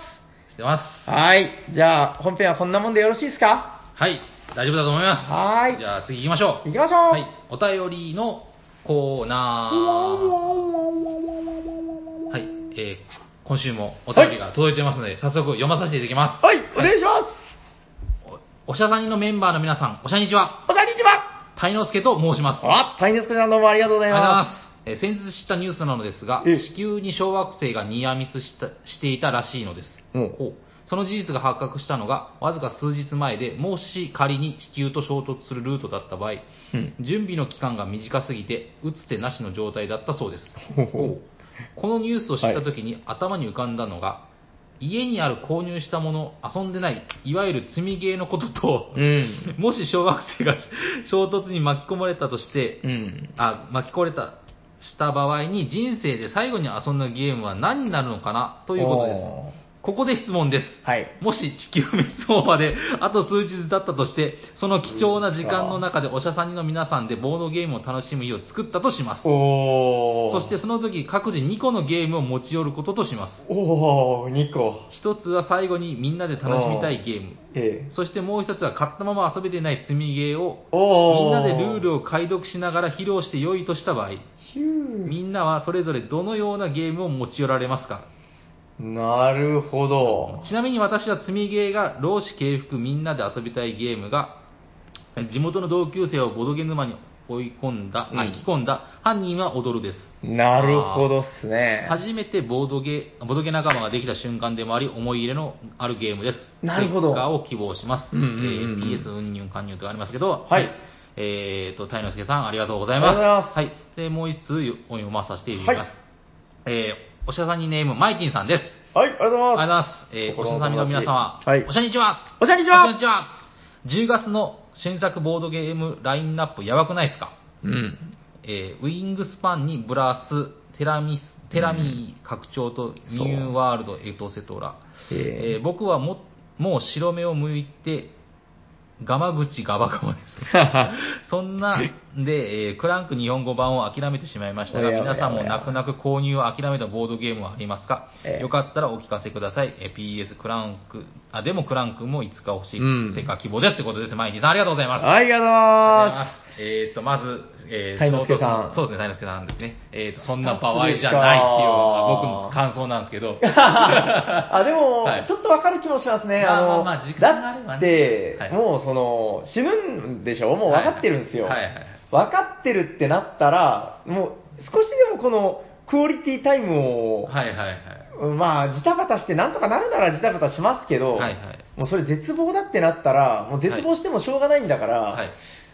A: してます。
B: はい。じゃあ、本編はこんなもんでよろしいですか
A: はい。大丈夫だと思います。
B: はーい
A: じ。ゃあ次行きましょ
B: 行きましょ
A: う。
B: う
A: はい。お便りのコーナー。はい。えー、今週もお便りが届いてますので、早速読まさせていただきます。
B: はい、お願いします。
A: おおしゃさんにのメンバーの皆さん、おしゃにちは。
B: おさにちは。
A: たいのすけと申します。
B: あ、タイネスクさんどうもありがとうご
A: ありがとうございま。
B: ざいます
A: えー先日知ったニュースなのですが、
B: ええ
A: 地球に小惑星がニアミスしたしていたらしいのです。
B: す。もう
A: ほうその事実が発覚したのが、わずか数日前で、もし仮に地球と衝突するルートだった場合、
B: うん。
A: 準備の期間が短すぎて、打つ手なしの状態だったそうです。
B: ほうほう
A: ほうこのニュースを知った時に頭に浮かんだのが、家にある購入したもの、遊んでない、いわゆる積みゲーのことと、
B: うん。
A: もし小学生が衝突に巻き込まれたとして、
B: うん。
A: あ巻き込まれたした場合に人生で最後に遊んだゲームは何になるのかなということです
B: お
A: ここで質問です
B: ーはい。
A: もし地球滅亡まで あと数日だったとしてその貴重な時間の中でおしゃさんにの皆さんでボードゲームを楽しむ日を作ったとします
B: お
A: そして、その時各自2個のゲームを持ち寄ることとします
B: おー、2個。
A: 1つは最後にみんなで楽しみたいゲーム
B: ええ。
A: そしてもう1つは買ったまま遊べてない積みゲーを
B: おー。
A: みんなでルールを解読しながら披露して良いとした場合
B: ヒュ
A: みんなはそれぞれどのようなゲームを持ち寄られますか
B: ー。なるほど。
A: ちなみに私は積みゲーが老子敬服みんなで遊びたいゲームが地元の同級生をボドゲ沼に追い込んだ、
B: うん
A: あ引き込んだ犯人は踊るです
B: なるほどっすね。
A: 初めてボードゲーボドゲ仲間ができた瞬間でもあり思い入れのあるゲームです
B: なるほど
A: 結果を希望します、
B: うんうんうんうん
A: えー PS 運入勧入とありますけど
B: はい
A: えーと鯛之助さんありがとうございます
B: ありがとうござ
A: はいでもう一通お読まさせていただきます、
B: は
A: えーおしゃさんにネームマイチンさんです
B: はい、ありがとうござい
A: あり
B: ま
A: が
B: す。
A: とうございます、えー、お
B: 心
A: しゃ
B: の
A: さみの皆様、
B: 友達はい
A: おしゃにちは
B: おしゃに
A: お
B: ち
A: しゃに
B: は
A: ちは10月の新作ボードゲームラインナップやばくないですか
B: うん。
A: えーウィングスパンにブラス、テラミス、テラミー拡張とニューワールドエトセトラ。
B: え
A: えー僕はも、もう白目を向いて、ガマ口ガバガマです。 そんなんで、えークランク日本語版を諦めてしまいましたが、
B: おやおやおや
A: 皆さんも泣く泣く購入を諦めたボードゲームはありますか、
B: ええ
A: よかったらお聞かせください。えー PS クランク、あ、でもクランクもいつか欲しい。
B: うん
A: ステッカー希望ですってことです。毎日さんありがとうございます。
B: ありがとうございま
A: えー、とまず、えー、
B: 鯛之助さん
A: そうですね、鯛之助さんですね、えーと、そんな場合じゃないっていうのが僕の感想なんですけど、
B: す。あ、でも、
A: はい
B: ちょっとわかる気もしますね。
A: まあまあ
B: の
A: まあ時間があればね
B: だって、
A: はい
B: もうその、死ぬんでしょ もうわかってるんですよ。
A: はいはいはい
B: 分かってるってなったら、もう少しでもこのクオリティタイムを、
A: はいはいはい、
B: まあ、ジタバタして、なんとかなるならジタバタしますけど、
A: はいはい
B: もうそれ絶望だってなったら、もう絶望してもしょうがないんだから、
A: はい、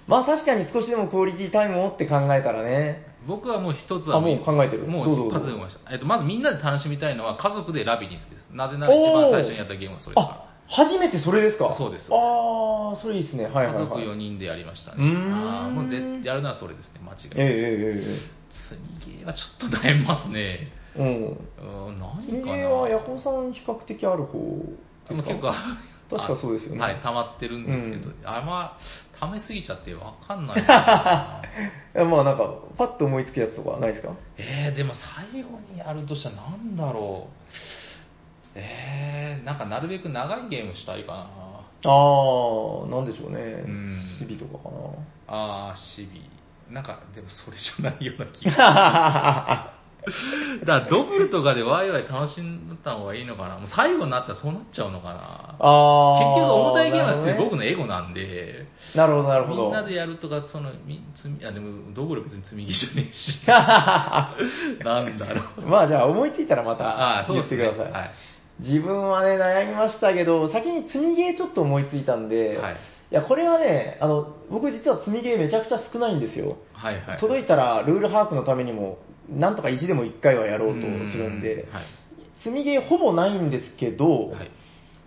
B: まあ確かに少しでもクオリティタイムをって考えたらね、
A: 僕はもう一つは
B: あもう考えてる
A: もう
B: どうぞどう
A: 一
B: ぞ
A: 発で思いました、えーと、まずみんなで楽しみたいのは、家族でラビリンスです、なぜなら一番最初にやったゲームはそれですか
B: あ、初めてそれですか
A: そうです
B: ああ、それいいですね。はい
A: ら、
B: はい、はい。
A: 家族4人でやりましたね、
B: うーん
A: あーもう絶やるのはそれですね、間違い
B: ええ
A: ない、
B: え
A: 積みゲーはちょっと悩みますね、
B: えええうん。
A: うーん、何かな、
B: 水泳はヤコウさん比較的ある方
A: で
B: で
A: も
B: す
A: 結構
B: か
A: あ
B: 確かそうですよね
A: はい、溜まってるんですけど、
B: う
A: あんま溜めすぎちゃってわかんないな
B: えまあなんか、パッと思いつくやつとかないですか
A: えー、でも最後にやるとしたらなんだろう。えー、なんかなるべく長いゲームしたいかな。
B: ああ、なんでしょうね。
A: ん
B: 日々と かかな。
A: あー、シビ。なんか、でもそれじゃないような気が。
B: あ
A: だからドブルとかでワイワイ楽しんだ方がいいのかな。もう最後になったらそうなっちゃうのかな。結
B: あ。
A: 局重たいゲームは好きで僕
B: ね。
A: のエゴなんで。
B: なるほど、なるほど。
A: みん なでやるとか、その、み積みあ、でも、どこで別に積み木じゃねえし。 なんだろう。
B: まあじゃあ思いついたらま
A: あ
B: た
A: あ、そう
B: 言
A: です
B: ってく
A: ね。
B: ださい。
A: はい。
B: 自分はね、悩みましたけど、先に積みゲーちょっと思いついたんで、
A: はい
B: い、や、これはね、あの、僕実は積みゲーめちゃくちゃ少ないんですよ。
A: はいはい。
B: 届いたらルール把握のためにも、なんとか1でも1回はやろうとするんで、
A: うはい。
B: 積みゲーほぼないんですけど、
A: はい。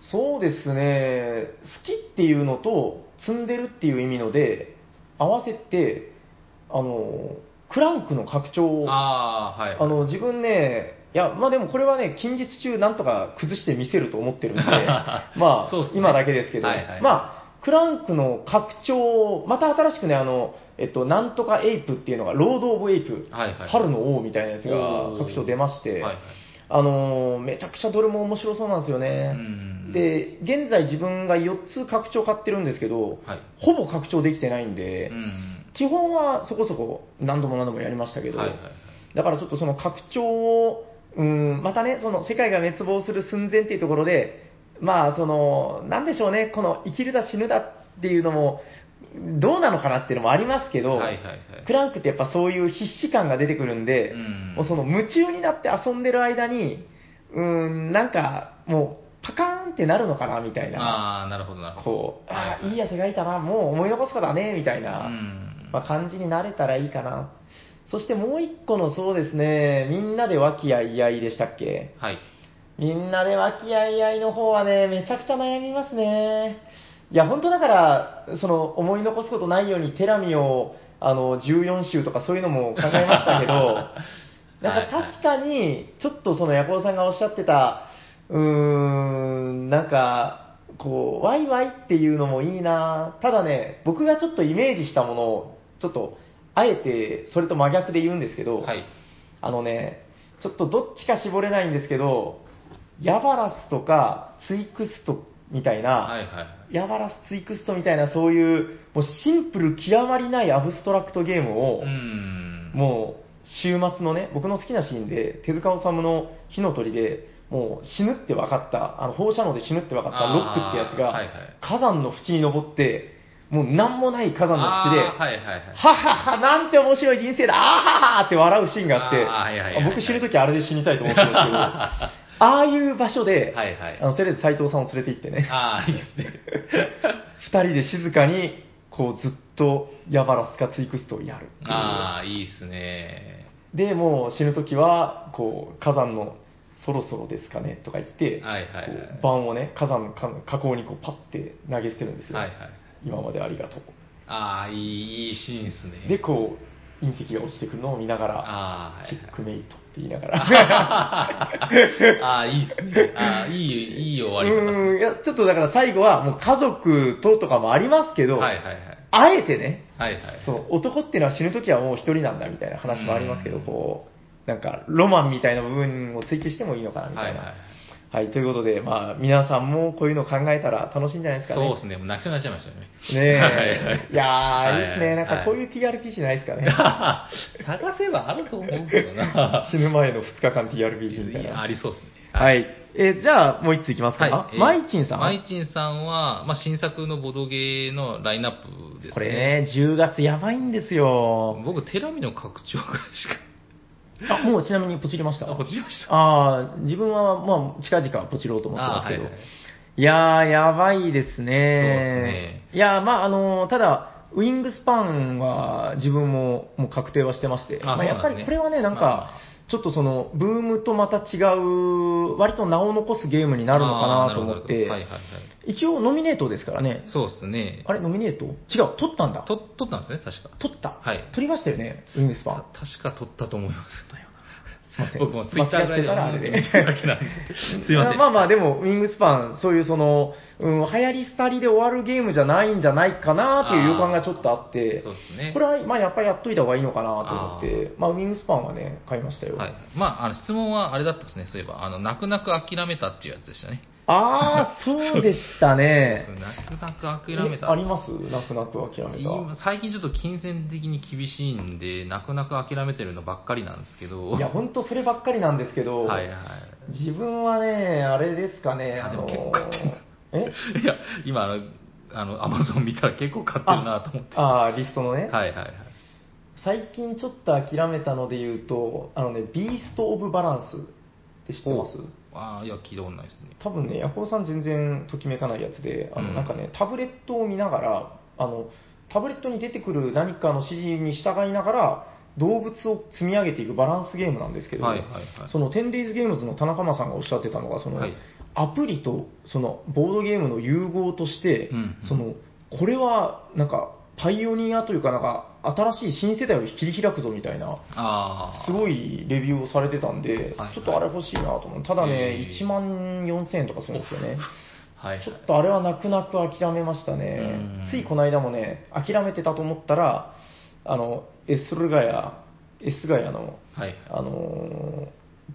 B: そうですね、好きっていうのと、積んでるっていう意味ので、合わせて、あの、クランクの拡張を、あ
A: ああ、はい。
B: の、自分ね、いや、まあでもこれはね、近日中なんとか崩してみせると思 ってるんで、まあ、
A: そうっすね
B: 今だけですけど、
A: はいはい
B: まあ、クランクの拡張、また新しくね、あの、えっと、なんとかエイプっていうのが、ロード・オブ・エイプ、
A: はいはい
B: 春の王みたいなやつ
A: お
B: が
A: ー
B: 拡張出まして、
A: はいはい
B: あのーめちゃくちゃどれも面白そうなんですよね。
A: うん
B: で、現在自分が4つ拡張買ってるんですけど、
A: はい
B: ほぼ拡張できてないんで、
A: うん
B: 基本はそこそこ何度も何度もやりましたけど、
A: はいはいはい
B: だからちょっとその拡張を、うん、またね、その世界が滅亡する寸前っていうところで、まあ、その、なんでしょうね、この生きるだ死ぬだっていうのも、どうなのかなっていうのもありますけど、
A: はいはいはい
B: クランクってやっぱそういう必死感が出てくるんで、
A: うん
B: もうその夢中になって遊んでる間に、うん、なんかもう、パカーンってなるのかなみたいな、
A: ああ、なるほどなるほど。
B: こう、
A: はい
B: ああ、いい汗がいたな、もう思い残すからね、みたいな。
A: うん
B: まあ、感じになれたらいいかな。そしてもう一個のそうですね、みんなで和気あいあいでしたっけ
A: はい。
B: みんなで和気あいあいの方はね、めちゃくちゃ悩みますね。いや、本当だから、その、思い残すことないように、テラミを、あの、14週とかそういうのも考えましたけ ど、なんか確かに、ちょっとその、ヤコウさんがおっしゃってた、うーん、なんか、こう、ワイワイっていうのもいいなただね、僕がちょっとイメージしたものを、ちょっと、あえて、それと真逆で言うんですけど、
A: はい。
B: あのね、ちょっとどっちか絞れないんですけど、ヤバラスとかツイクストみたいな、
A: はいはい。
B: ヤバラスツイクストみたいなそういう、もうシンプル極まりないアブストラクトゲームを、
A: うん。
B: もう週末のね、僕の好きなシーンで、手塚治虫の火の鳥で、もう死ぬって分かった、あの放射能で死ぬって分かったロックってやつが、
A: あーはいはい
B: 火山の淵に登って、もう何もない火山の淵で、
A: あーはいはいはい。
B: ははは、なんて面白い人生だ、あははって笑うシーンがあって、
A: あーはいはいはいはい
B: 僕死ぬときあれで死にたいと思ってるんです けど、ああいう場所で、
A: はいはい
B: あのとりあえず斎藤さんを連れて行ってね、
A: ああ、いいです ね。
B: 二人で静かに、こうずっとヤバラスかツイクストをやるっていう
A: ああ、いいですね。
B: で、もう死ぬときは、こう、火山の、そろそろですかねとか言って、
A: はいはいはい
B: こう盤をね、火山のか火口にこうパッて投げ捨てるんですよ。
A: はいはい。
B: 今までありがとう。
A: ああ、いい、いいシーンですね。
B: で、こう、隕石が落ちてくるのを見ながら、
A: ああ、は
B: チ
A: い
B: ェッ
A: は
B: クメイトって言いなが ら。
A: い。ああ、いいですね。ああ、いい、いい終わり方ですね。
B: うん、いや、ちょっとだから最後はもう家族ととかもありますけど、
A: はいはいはい。
B: あえてね、
A: はいはい。
B: その男っていうのは死ぬ時はもう一人なんだみたいな話もありますけど、
A: うん
B: こう、なんかロマンみたいな部分を追求してもいいのかなみ
A: は
B: たい
A: い
B: な。
A: はい。
B: はい、ということで、まあ皆さんもこういうの考えたら楽しいんじゃないですかね。
A: そうですね。もう泣きそうになっちゃいましたね。
B: ねえ。いやー、いいですね。なんかこう
A: う。
B: いう TRPG ないですかね。
A: 探せばあると思うけど な。
B: 死ぬ前の2日間 TRPG みたいな。
A: ありそうですね。
B: はい。えーじゃあ、もう一ついきますか。
A: はい。えー
B: マイチンさん。
A: マイチンさんは、まあ、新作のボドゲーのラインナップですね。
B: これね、10月やばいんですよ。
A: 僕、テラミの拡張ぐらいし
B: あ、もうちなみにポチりました。
A: か、あ、こっちました。
B: あー自分は、まあ、近々ポチろうと思ってますけど。
A: あー
B: い
A: はいはい
B: やー、やばいです
A: です
B: ね。
A: ね
B: いやー、まあ、あのーただ、ウィングスパンは自分ももう確定はしてまして、
A: あ
B: まあ、
A: そうなんですね
B: やっぱりこれはね、なん
A: ま
B: か、ちょっとその、ブームとまた違う、割と名を残すゲームになるのかな
A: あーなる
B: と思っ
A: ほどなるほ
B: て
A: ど、はいはいはい。
B: 一応ノミネートですからね。
A: そうですね。
B: あれ、ノミネート違う、取ったんだ。
A: と、取ったんですね、確か。
B: 取った、
A: はい
B: 取りましたよね、ウィングスパン
A: た。確か取ったと思います。
B: すいません。
A: 僕もツイッターぐらいで
B: 間違ってたらあれ
A: 見てるだけなんですいません
B: まあまあ、でも、ウィングスパン、そういうその、うん、流行り廃りで終わるゲームじゃないんじゃないかなっていう予感がちょっとあって、
A: そうですね。
B: これは、まあやっぱりやっといた方がいいのかなと思って、まあウィングスパンはね、買いましたよ。
A: はい。まあ、あの、質問はあれだったですね、そういえば。あの、泣く泣く諦めたっていうやつでしたね。
B: ああ、そうでしたね
A: そう。泣く泣く諦め
B: え
A: た。
B: あります泣く泣く諦めた。
A: 今最近ちょっと金銭的に厳しいんで、泣く泣く諦めてるのばっかりなんですけど。
B: いや、本当そればっかりなんですけど、
A: はいはい。
B: 自分はね、あれですかね、
A: あ
B: あ
A: でも
B: の
A: 結構買ってる、
B: え
A: いや、今あの、あの、アマゾン見たら結構買ってるなと思って。は
B: ああ、リストのね。
A: いはいはい。
B: 最近ちょっと諦めたので言うと、あのね、ビースト・オブ・バランスって知ってます
A: ああ、いや、聞いたことないですね。
B: 多分ね、ヤコウさん全然ときめかないやつで、あ
A: う
B: の
A: ん
B: なんかね、タブレットを見ながら、あのタブレットに出てくる何かの指示に従いながら、動物を積み上げていくバランスゲームなんですけど、
A: はいはいはい
B: その 10days ゲームズの田中間さんがおっしゃってたのが、その
A: はい
B: アプリとそのボードゲームの融合として、
A: うんうん
B: そのこれはなんかパイオニアというか、なんか、新しい新世代を切り開くぞみたいな、
A: ああ。
B: すごいレビューをされてたんで
A: はい、
B: ちょっとあれ欲しいなと思う。ただ
A: へ
B: ね、
A: ー
B: 1万4000円とかするんですよね。
A: はいはい。
B: ちょっとあれは泣く泣く諦めましたね
A: うん。
B: ついこの間もね、諦めてたと思ったら、あの、エスルガヤ、エスガヤの、
A: はい。
B: あの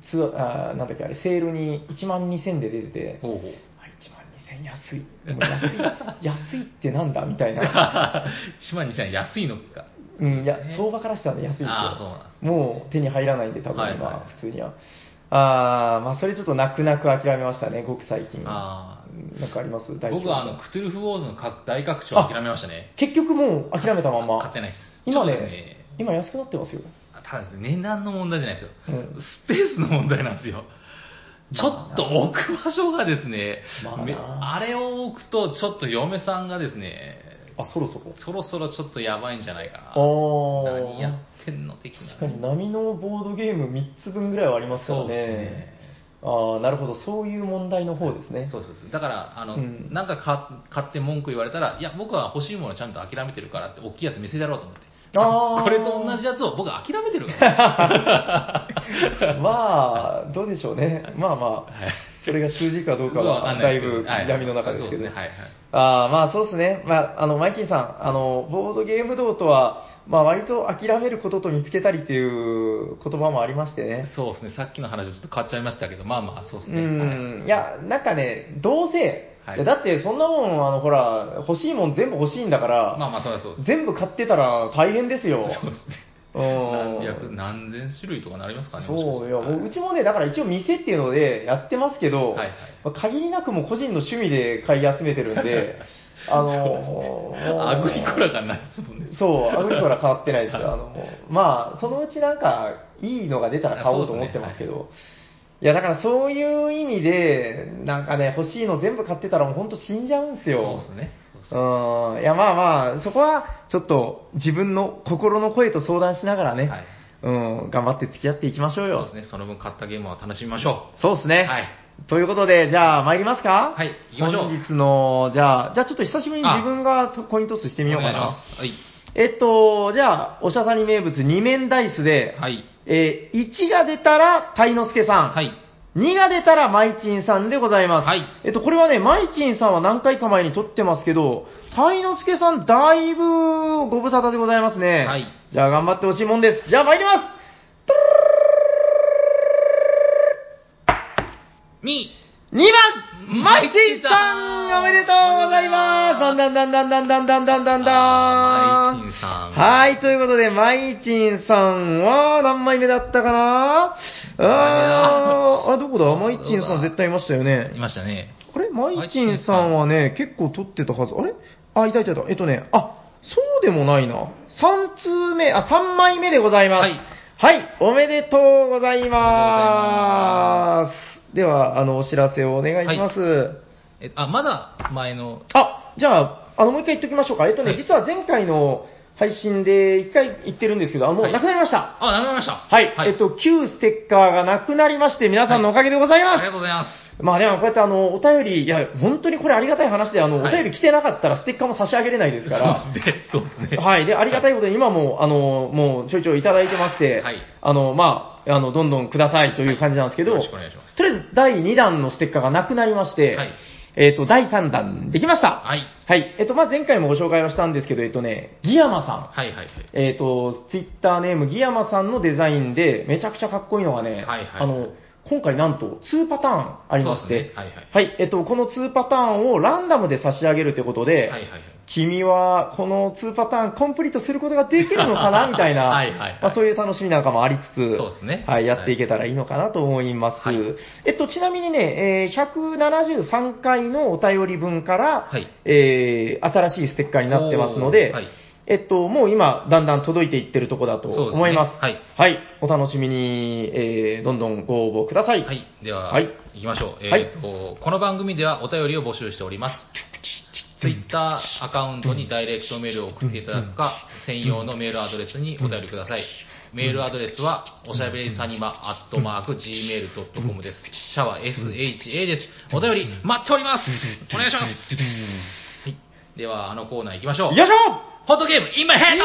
B: ーツアー、あーなんだっけ、あれ、セールに1万2000で出てて、
A: ほう ほう。
B: あ1万2000安い。でも安い、安いってなんだみたい な。
A: 1万2000円安いのか。
B: うん、いや
A: ね、
B: 相場からしたらね安いですよ。
A: ああ、そうなんで
B: もう手に入らないんで、多分今、
A: はいはい
B: 普通には。ああ、まあ、それちょっと泣く泣く諦めましたね、ごく最近。
A: あ
B: なんかあります
A: す。僕はあの、クトゥルフ・ウォーズの拡大拡張を諦めましたね。
B: 結局もう諦めたまん
A: 買っ
B: ま
A: て。ないです。
B: 今
A: ちょ
B: ね
A: っとですね、
B: 今安くなってますよ。
A: ただですね、値段の問題じゃないですよ。
B: うん
A: スペースの問題なんですよ。ちょっと置く場所がですね、
B: まあな
A: めあれを置くと、ちょっと嫁さんがですね、
B: あ、そろそろ。
A: そろそろちょっとやばいんじゃないかな。何や
B: ああ。
A: ってんの的な。
B: 確かに波のボードゲーム3つ分ぐらいはありますか
A: そ
B: ら
A: う
B: ね。
A: ですね。
B: ああ、なるほど。そういう問題の方ですね。
A: そうそうそうだから、あの、
B: うん
A: なんかか買って文句言われたら、いや、僕は欲しいものちゃんと諦めてるからって、大きいやつ見せてやろうと思って。
B: あ ー
A: これと同じやつを僕は諦めてるから。
B: まあ、どうでしょうね。まあまあ、それが通じる かどうか
A: 僕わか
B: は、
A: んな
B: だ
A: で
B: い
A: すけど
B: ぶ
A: はい
B: 闇の中ですけど。
A: そうねはいはい。
B: ああまあそうですね、まあ、あのマイキーさん、あのボードゲーム道とは、まあ割と諦めることと見つけたりっていう言葉もありましてね、
A: そうですね、さっきの話ちょっと変わっちゃいましたけど、まあまあ、そうです
B: う
A: ね。はい
B: ん、いや、なんかね、どうせ、
A: はい
B: いやだってそんなもん、あのほら、欲しいもん全部欲しいんだから、
A: まあまあ、そうです、そうです。
B: 全部買ってたら大変ですよ。
A: そうですね。
B: うん
A: 何百、何千種類とかなりますかね。もしか
B: そう
A: し
B: い
A: た
B: や、
A: ら
B: もううちもね、だから一応店っていうのでやってますけど、
A: はいはい
B: まあ限りなくもう個人の趣味で買い集めてる んで、あのもう
A: アグリコラがないですもんね。
B: そう、アグリコラ変わってないです よ。あの、まあ、そのうちなんか、いいのが出たら買おうと思ってますけど、いや、だからそういう意味で、なんかね、欲しいの全部買ってたらもう本当死んじゃうんです
A: そう
B: よ。
A: ですね。そうっす
B: うん。いや、まあまあ、そこは、ちょっと、自分の心の声と相談しながらね、
A: はい
B: うん、頑張って付き合っていきましょう
A: そう
B: よ
A: です。ね。その分買ったゲームは楽しみましょ
B: そうですね。
A: はい
B: ということで、じゃあ、参りますか
A: はい行きましょう
B: 本日の、じゃあ、じゃあちょっと久しぶりに自分がとコイントスして
A: う。
B: みようか
A: お願いしま
B: な。
A: す。はい。
B: えっと、じゃあ、おしゃさに名物二面ダイスで、
A: はい。
B: えー1が出たら、たいのすけさん。
A: はい。
B: 2が出たら、まいちんさんでございます。
A: はい
B: えっと、これはね、まいちんさんは何回か前に撮ってますけど、たいのすけさん、だいぶご無沙汰でございますね。
A: はい
B: じゃあ、頑張ってほしいもんです。じゃあ、参ります
A: に、
B: 2番まいちんさんおめでとうございますだんだんだんだんだんだんだんだんだん
A: あーまいちんさん
B: はい、ということで、まいちんさんは何枚目だったかなあーあ、どこだまいちんさん絶対いましたよね
A: い。ましたね。
B: あれまいちんさんはね、結構撮ってたはず。あれあ、いたいたいた。えっとね、あ、そうでもないな。3通目、あ、3枚目でございます。
A: はい
B: はい、おめでとうございます。では、あの、お知らせをお願いします。
A: えあ、まだ前の、
B: あ、じゃあ、あの、もう一回言っておきましょうか。えっとね、
A: はい
B: 実は前回の配信で一回言ってるんですけど、あも
A: は
B: う
A: い
B: なくなりました。
A: あ、なくなりました。
B: はい、えっと、旧ステッカーがなくなりまして、皆さんのおかげでござい
A: あ
B: ます
A: りが。とうございます。
B: まあでもこうやってあの、お便り、いや、本当にこれありがたい話で、あの、
A: はい
B: お便り来てなかったらステッカーも差し上げれないですから。
A: そうですね。そうですね。
B: はい。で、ありがたいことに今も、あの、もうちょいちょいいただいてまして、
A: はい
B: あの、まあ、あの、どんどんくださいという感じなんですけど、
A: よろしくお願いします。
B: とりあえず第2弾のステッカーがなくなりまして、
A: はい
B: えっ、と、第3弾できました。
A: はい。
B: はい。えっ、と、まあ、前回もご紹介はしたんですけど、えっ、とね、ギヤマさん。
A: はいはいはい。
B: えっ、と、ツイッターネーム、ギヤマさんのデザインで、めちゃくちゃかっこいいのがね、
A: はいはい
B: あの、今回なんと2パターンありまし
A: そうで
B: て、
A: すねはいはい
B: えっ、と、この2パターンをランダムで差し上げるということで、
A: はいはいはい。
B: 君はこの2パターンコンプリートすることができるのかなみたいな、
A: はいはいはい
B: まあ、そういう楽しみなんかもありつつ、
A: そうですね
B: はい、やっていけたらいいのかなと思います。
A: はい
B: えっと、ちなみにね、えー173回のお便り分から、
A: はい
B: えー新しいステッカーになってますので、
A: おーはい
B: えっと、もう今、だんだん届いていってるとこだと
A: そうですね
B: 思います。
A: はい
B: お楽しみに、えーどんどんご応募ください。
A: はい。では、
B: はいい、
A: 行きましょう。えっ、
B: はい
A: と、この番組ではお便りを募集しております。ツイッターアカウントにダイレクトメールを送っていただくか、専用のメールアドレスにお便りください。メールアドレスは、おしゃべりさにま、アットマーク、gmail.com です。シャワー SHA です。お便り待っておりますお願いしますはい。では、あのコーナー行きましょう。
B: よいしょ
A: ホットゲーム、今ヘッド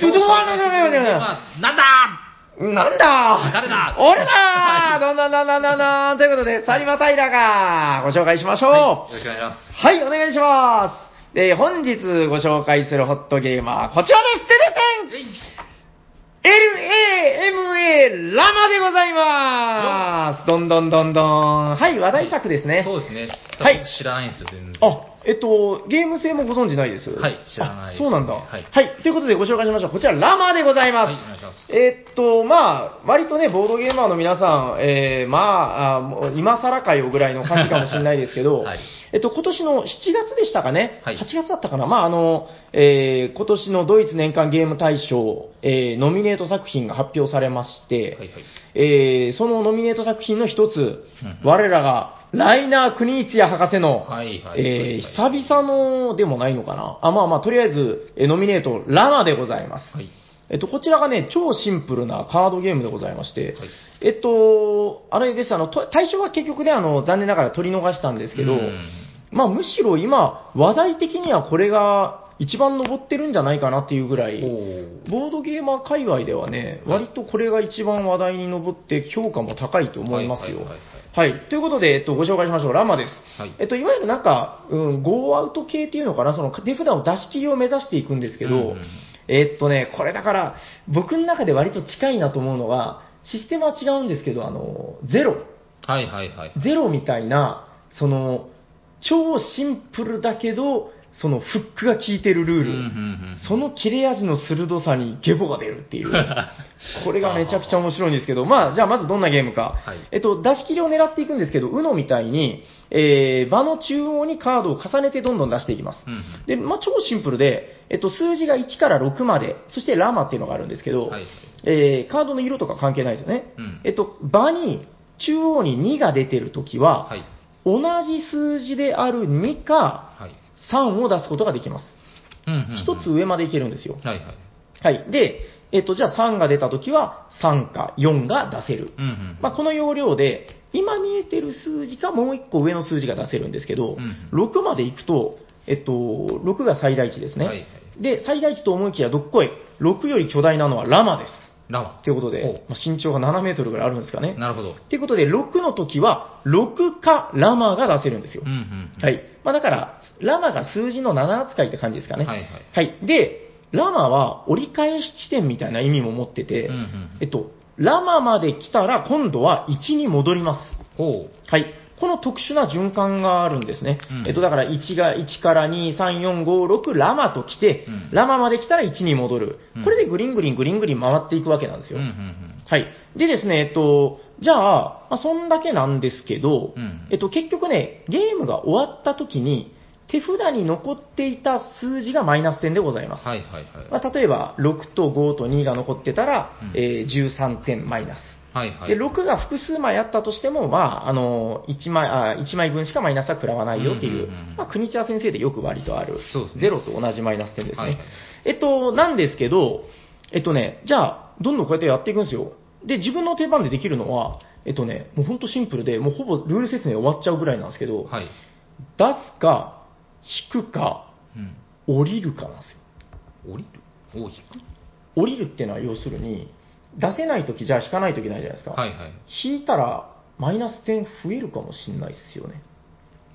A: なんだ
B: なんだ
A: 誰だ
B: 俺だどんどんどんどんどんどんということで、サリマタイラがご紹介しましょう、
A: はい、よろしくお願いします。
B: はい、お願いします。えー本日ご紹介するホットゲーマー、こちらです。てててん LAMA ラマでございます。どんどんどんどん。はい、話題作ですね。
A: そうですね。
B: はい
A: 多分知らないんですよ、全然。
B: あ、えっと、ゲーム性もご存知ないです
A: はい知らない
B: あそうなんだ、は
A: はいい。
B: ということでご紹介しましょう。こちら、ラマでございま
A: は
B: す。
A: いお願いします
B: えっと、まあ、割とね、ボードゲーマーの皆さん、えー、まあ、あもう今更かよぐらいの感じかもしれないですけど、
A: はい
B: えっと、今年の7月でしたかね、
A: はい
B: 8月だったかな、まあ、あの、えー、今年のドイツ年間ゲーム大賞、えー、ノミネート作品が発表されまして、
A: はいはい。
B: えー、そのノミネート作品の一つ
A: う、ん
B: 我らが、ライナー・クニーツィア博士の、
A: はいはい
B: えー、
A: は
B: 久々のでもないのかなあ、まあまあ、とりあえず、えーノミネート、ラマでございます。
A: はい。
B: えっと、こちらがね、超シンプルなカードゲームでございまして、
A: はい
B: えっと、あれです、あの、と対象は結局ね、あの、残念ながら取り逃したんですけど、
A: うん
B: まあ、むしろ今、話題的にはこれが一番上ってるんじゃないかなっていうぐらい、
A: お
B: ボードゲーマー界隈ではね、
A: はい
B: 割とこれが一番話題に上って評価も高いと思いますよ。
A: は
B: はいい
A: はい
B: ということで、えっと、ご紹介しましょう。ラマです。
A: はい
B: えっと、いわゆるなんか、うん、ゴーアウト系っていうのかな、その手札を出し切りを目指していくんですけど、
A: うんうん
B: えっとね、これだから、僕の中で割と近いなと思うのは、システムは違うんですけど、あの、ゼロ。
A: ーはいはいはい。
B: ゼロみたいな、その、超シンプルだけど、そのフックが効いてるルール。
A: うんうんうん
B: その切れ味の鋭さにゲボが出るっ ていう。これがめちゃくちゃ面白いんですけど、まあ、じゃあまずどんなゲームか。
A: はい
B: えっと、出し切りを狙っていくんですけど、UNO みたいに、えー場の中央にカードを重ねてどんどん出していきます。
A: うんうん
B: で、まあ、超シンプルで、えっと、数字が1から6まで、そしてラマっていうのがあるんですけど、
A: はい
B: えーカードの色とか関係ないですよね。
A: うん
B: えっと、場に、中央に2が出てるときは、
A: はい。
B: 同じ数字である2か
A: はい。
B: 3を出すことができます。
A: うんうんうん
B: 1つ。上までいけるんですよ。
A: はいはい。
B: はい。で、えっと、じゃあ3が出たときは、3か4が出せる。
A: うんうん。
B: まあ、この要領で、今見えてる数字かもう1個上の数字が出せるんですけど、
A: うん
B: 6までいくと、えっと、6が最大値ですね。
A: はいはい
B: で、最大値と思いきやどっこい、6より巨大なのはラマです。
A: ラマ。
B: ということで、まあ身長が7メートルぐらいあるんですかね。
A: なるほど。
B: ということで、6の時は、6かラマが出せるんですよ
A: うん。うんうん。
B: は。い。まあ、だから、ラマが数字の7扱いって感じですかね。
A: はいはい
B: はい。で、ラマは折り返し地点みたいな意味も持ってて、
A: うんうん
B: えっと、ラマまで来たら今度は1に戻ります。
A: ほう。
B: はい。この特殊な循環があるんですね。
A: うん
B: えっと、だから1が1から2、3、4、5、6、ラマと来て、
A: うん
B: ラマまで来たら1に戻る
A: う。ん
B: これでぐりんぐりんぐりんぐりん回っていくわけなんです
A: うんう
B: よ。
A: んうん。
B: はい。でですね、えっと、じゃあ、まあ、そんだけなんですけど、
A: うん
B: えっと、結局ね、ゲームが終わった時に、手札に残っていた数字がマイナス点でございます。
A: はいはいはい。
B: まあ、例えば、6と5と2が残ってたら、
A: うん
B: えー13点マイナス。
A: はいはい。
B: で、6が複数枚あったとしても、まあ、あの、1枚、あ1枚分しかマイナスは食らわないよっていう
A: うんうんうんう、ん
B: まあ、国千谷先生でよく割とある
A: そうです、ね
B: ゼロと同じマイナス点ですね。
A: はいはい
B: えっと、なんですけど、えっとね、じゃあ、どんどんこうやってやっていくんですよ。で、自分の手番でできるのは、えっとね、もうほんとシンプルで、もうほぼルール説明終わっちゃうぐらいなんですけど、
A: はい。
B: 出すか、引くか、
A: うん。
B: 降りるかなんですよ。
A: 降りるお引く
B: 降りるっていうのは要するに、出せないときじゃあ引かないといけないじゃないですか。
A: はいはい。
B: 引いたらマイナス点増えるかもしれないですよね。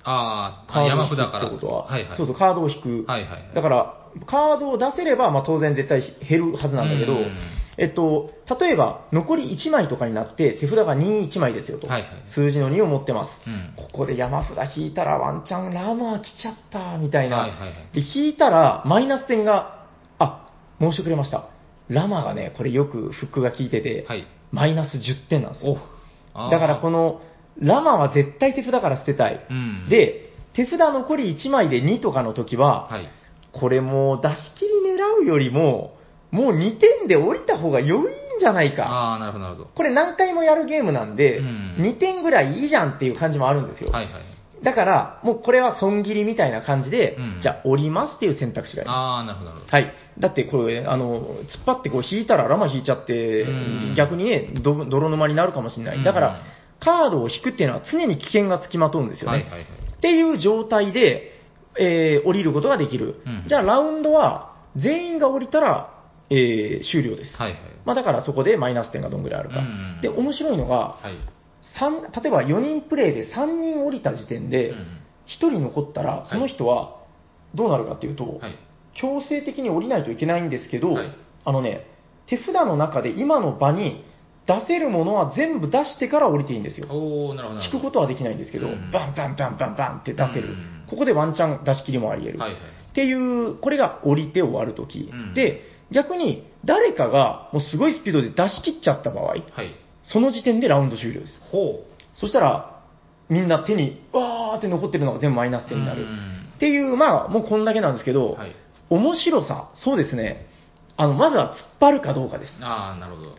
A: あー
B: カ
A: あ、
B: ードを
A: 山
B: 引く
A: 札から。
B: ってことは、
A: はいはい。
B: そうそう、カードを引く。
A: はいはいはい
B: だから、カードを出せれば、まあ、当然絶対減るはずなんだけど
A: うん、
B: えっと、例えば残り1枚とかになって手札が2、1枚ですよと、
A: はいはい
B: 数字の2を持ってます。
A: うん
B: ここで山札引いたらワンチャンラーマー来ちゃったみたいな、
A: はいはいは
B: で引いたらマイナス点が、あ申し遅れました、ラマーがね、これよくフックが効いてて、
A: はい
B: マイナス10点なんですよ。
A: あー
B: だからこの、ラマは絶対手札から捨てたい。
A: うん
B: で、手札残り1枚で2とかの時は、
A: はい。
B: これもう出し切り狙うよりも、もう2点で降りた方が良いんじゃないか。
A: ああ、なるほどなるほど。
B: これ何回もやるゲームなんで、
A: うん
B: 2点ぐらいいいじゃんっていう感じもあるんですよ。
A: はいはい。
B: だから、もうこれは損切りみたいな感じで、
A: うん
B: じゃあ降りますっていう選択肢があります。
A: ああ、なるほどなるほど。
B: はい。だってこれ、あの、突っ張ってこう引いたらラマ引いちゃって
A: うん、
B: 逆にね、ど泥沼になるかもしれな
A: う
B: い。
A: ん
B: だから、カードを引くっていうのは常に危険がつきまとうんですよ
A: は
B: ね。
A: いはいはい
B: っていう状態で、えー降りることができる。
A: うん
B: じゃあ、ラウンドは全員が降りたら、えー終了です。
A: はいはい
B: まあ、だからそこでマイナス点がどんぐらいあるか。
A: うんうんうん
B: で、面白いのが、
A: はい
B: 三例えば4人プレイで3人降りた時点で、
A: うんう
B: 1
A: ん
B: 人残ったら、その人はどうなるかっていうと、
A: はい
B: 強制的に降りないといけないんですけど、
A: はい
B: あのね、手札の中で今の場に出せるものは全部出してから降りていいんですよ。
A: おおなるほどなるほ
B: 引
A: ど
B: くことはできないんですけど、
A: うん
B: バンバンバンバンバンって出せる、
A: うん
B: ここでワンチャン出し切りもあり得る、
A: はいはい
B: っていう、これが降りて終わるとき、
A: うん
B: で逆に誰かがもうすごいスピードで出し切っちゃった場合、
A: はい
B: その時点でラウンド終了です。
A: ほ
B: そしたら、みんな手に、わーって残ってるのが全部マイナ
A: う
B: ス点にな
A: う
B: る。
A: ん
B: っていう、まあ、もうこんだけなんですけど、
A: はい
B: 面白さ、そうですね。あの、まずは突っ張るかどうかです。
A: ああなるほど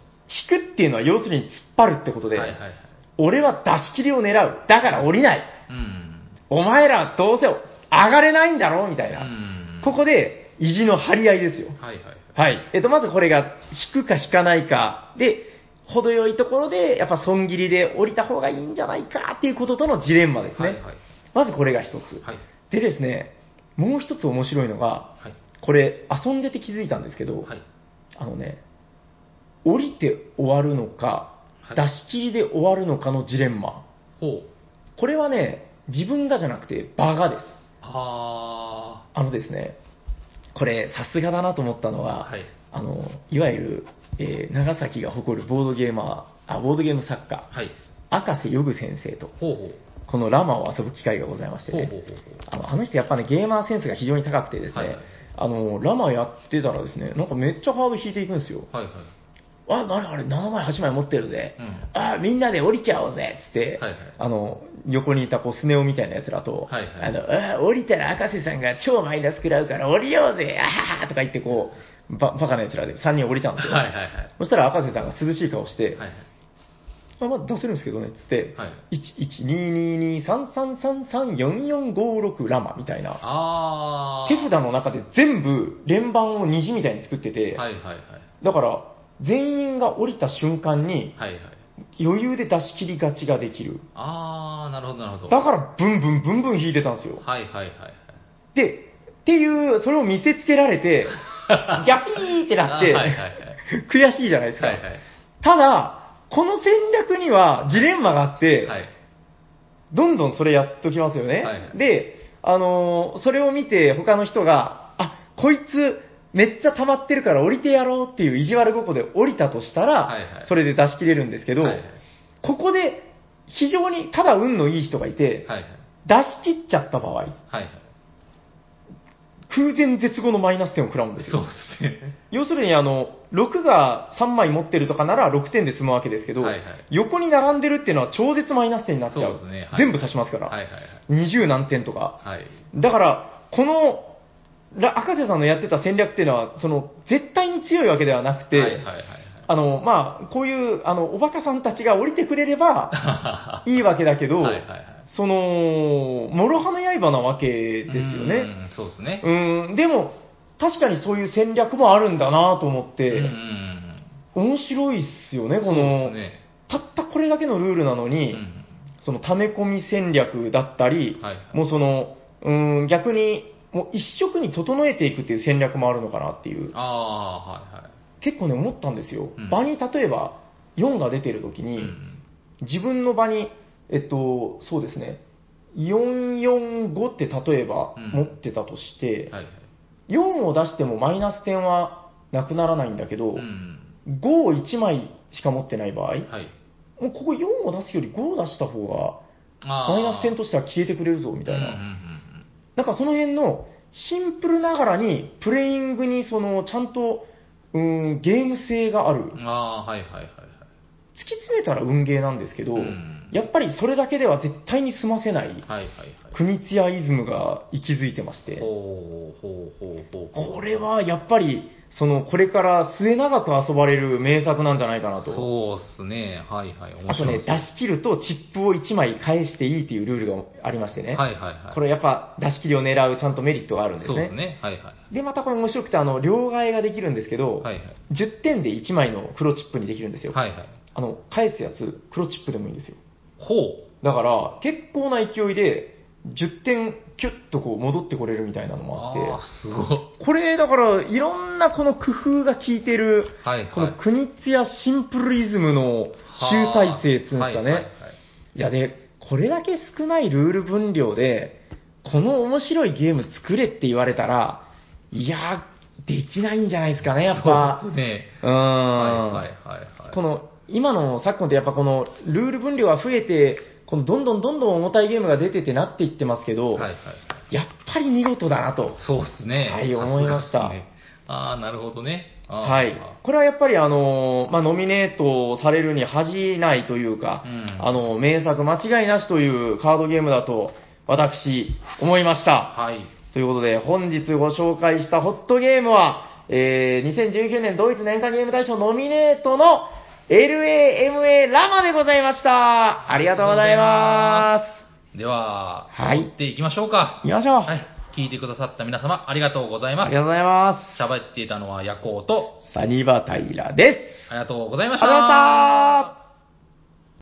B: 引くっていうのは要するに突っ張るってことで、
A: はいはいはい
B: 俺は出し切りを狙う。だから降りない。
A: うん
B: お前らどうせ上がれないんだろうみたいな。
A: うん
B: ここで意地の張り合いですよ。
A: はいはいはい
B: はい。えっと、まずこれが引くか引かないかで、程よいところで、やっぱ損切りで降りた方がいいんじゃないかっていうこととのジレンマですね。
A: はいはい
B: まずこれが一つ。
A: はい
B: でですね、もう一つ面白いのが、
A: はい
B: これ遊んでて気づいたんですけど、
A: はい
B: あのね、降りて終わるのか、
A: はい
B: 出し切りで終わるのかのジレンマ。
A: ほう
B: これはね、自分がじゃなくて場がです。
A: あ
B: あのですね、これさすがだなと思ったの
A: あ
B: は、
A: はい
B: あの、いわゆる、えー長崎が誇るボードゲーマー、あ、ボードゲーム作家、
A: はい
B: 赤瀬ヨグ先生と、
A: ほうほう
B: このラマを遊ぶ機会がございまして
A: ほうほ
B: ね
A: うほうほ
B: あのあの人やっぱね、ゲーマーセンスが非常に高くてですね、
A: はいはい
B: あの、ラマやってたらですね、なんかめっちゃハード引いていくんですよ。
A: うはいはい
B: あ、なにあれ、7枚、8枚持ってるぜ。
A: うん
B: あ、みんなで降りちゃおうぜっつって、
A: はいはい
B: あの、横にいたこうスネ夫みたいなやつらと、
A: はいはい
B: あのあ、降りたら赤瀬さんが超マイナス食らうから降りようぜ、あははとか言ってこう、ばバカなやつらで3人降りたんですよ。
A: はいはいはい
B: そしたら赤瀬さんが涼しい顔して、
A: はい
B: あまあ出せるんですけどねっつって、
A: はい
B: 11223333445ラマみたいな、
A: ああ
B: 手札の中で全部連番を虹みたいに作ってて、
A: はいはいはい
B: だから全員が降りた瞬間に
A: はいはい
B: 余裕で出し切り勝ちができる。
A: ああなるほどなるほど
B: だからブンブンブンブン引いてたんですよ。
A: はいはいはいはい
B: で、っていう、それを見せつけられて、 ギャピーンってな
A: あー
B: って、
A: はいはいはい
B: 悔しいじゃないですか。
A: はいはい
B: ただ、この戦略にはジレンマがあって、
A: はい
B: どんどんそれやっときますよね。
A: はいはい
B: で、あのーそれを見て他の人が、あ、こいつめっちゃ溜まってるから降りてやろうっていう意地悪ごこで降りたとしたら、
A: はいはい
B: それで出し切れるんですけど、
A: はいはい
B: ここで非常にただ運のいい人がいて、
A: はいはい
B: 出し切っちゃった場合、
A: はいはい
B: 空前絶後のマイナス点を食らうんです
A: そう
B: よ。
A: ですね
B: 要するにあの、6が3枚持ってるとかなら6点で済むわけですけど、
A: はいはい
B: 横に並んでるっていうのは超絶マイナス点になっちゃ
A: そ
B: う。
A: うですねはい
B: 全部足しますから、
A: はいはい
B: 20何点とか。
A: はいはい
B: だから、この、ら赤瀬さんのやってた戦略っていうのは、その、絶対に強いわけではなくて、
A: はいはいはいはい
B: あの、まあ、こういう、あの、おバカさんたちが降りてくれれば、いいわけだけど、
A: はいはいはい
B: その、諸刃の刃なわけですよね。
A: うんそうですね
B: うん、でも、確かにそういう戦略もあるんだなと思っ
A: うんうん
B: て、面白いっすよね、こ
A: そう
B: の、
A: ですね
B: たったこれだけのルールなの
A: う
B: に、
A: ん
B: その、溜め込み戦略だったり、
A: はいはい
B: もうその、うん、逆に、もう一色に整えていくっていう戦略もあるのかなっていう、
A: ああーはいはい
B: 結構ね、思ったんですよ。
A: うん
B: 場に例えば、4が出てるとき
A: う
B: に、
A: ん
B: 自分の場に、えっと、そうですね、445って例えば
A: うん
B: 持ってたとして、
A: はいはい
B: 4を出してもマイナス点はなくならないんだけど、
A: うん
B: 5を1枚しか持ってない場合、
A: はい
B: もうここ4を出すより5を出した方が、
A: あー
B: マイナス点としては消えてくれるぞみたいな、
A: うんうん
B: なんかその辺のシンプルながらに、プレイングにそのちゃんとうんゲーム性がある、突
A: うんうんああはいはいはいはい
B: き詰めたら運ゲーなんですけど、
A: うん
B: やっぱりそれだけでは絶対に済ませない、
A: はいはい
B: 国津屋イズムが息づいてまし
A: はい
B: て。
A: ほうほうほうほうほう
B: これはやっぱり、その、これから末永く遊ばれる名作なんじゃないかなと。
A: そうっすねはいはい面
B: あと
A: 白い
B: ね、
A: っ
B: 出
A: すね
B: し切るとチップを1枚返していいっていうルールがありましてね。
A: はいはいはい
B: これやっぱ出し切りを狙うちゃんとメリットがあるんです
A: そう
B: ね。
A: ですねはいはい
B: で、またこれ面白くて、あの、両替ができるんですけど、
A: はいはい
B: 10点で1枚の黒チップにできるんですよ。
A: はいはい
B: あの、返すやつ、黒チップでもいいんですよ。
A: ほう。
B: だから、結構な勢いで、10点キュッとこう戻ってこれるみたいなのもあって、
A: あーすごい。
B: これ、だから、いろんなこの工夫が効いてる、
A: はいはい。
B: この国津屋シンプルイズムの集大成っつうんですか
A: はいはい
B: ね。いやで、これだけ少ないルール分量で、この面白いゲーム作れって言われたら、いやー、できないんじゃないですかね、やっ
A: はい
B: ぱ。
A: そうですね。
B: うーん、
A: はいはいはいはい。
B: この、今の昨今ってやっぱこの、ルール分量が増えて、このどんどんどんどん重たいゲームが出ててなっていってますけど、
A: はいはい。
B: やっぱり見事だなと。
A: そうですね。
B: はい
A: さすがっすね
B: 思いました
A: ああ、なるほどね。あー
B: はい。これはやっぱりあの、まあ、ノミネートされるに恥じないというか、
A: うん
B: あの、名作間違いなしというカードゲームだと、私、思いました。
A: はい。
B: ということで、本日ご紹介したホットゲームは、えー、2019年ドイツ年間ゲーム大賞ノミネートの LAMA ラマでございました。ありがとうございます。
A: では、
B: はい
A: 行っていきましょうか
B: 行。きましょう。
A: はい。聞いてくださった皆様、ありがとうござい
B: あ
A: ま
B: り
A: す。
B: がとうございます。
A: 喋っていたのは夜行と、
B: サニバタイラです。
A: ありがとうござい
B: あ
A: まし
B: りがと
A: た。
B: うございました。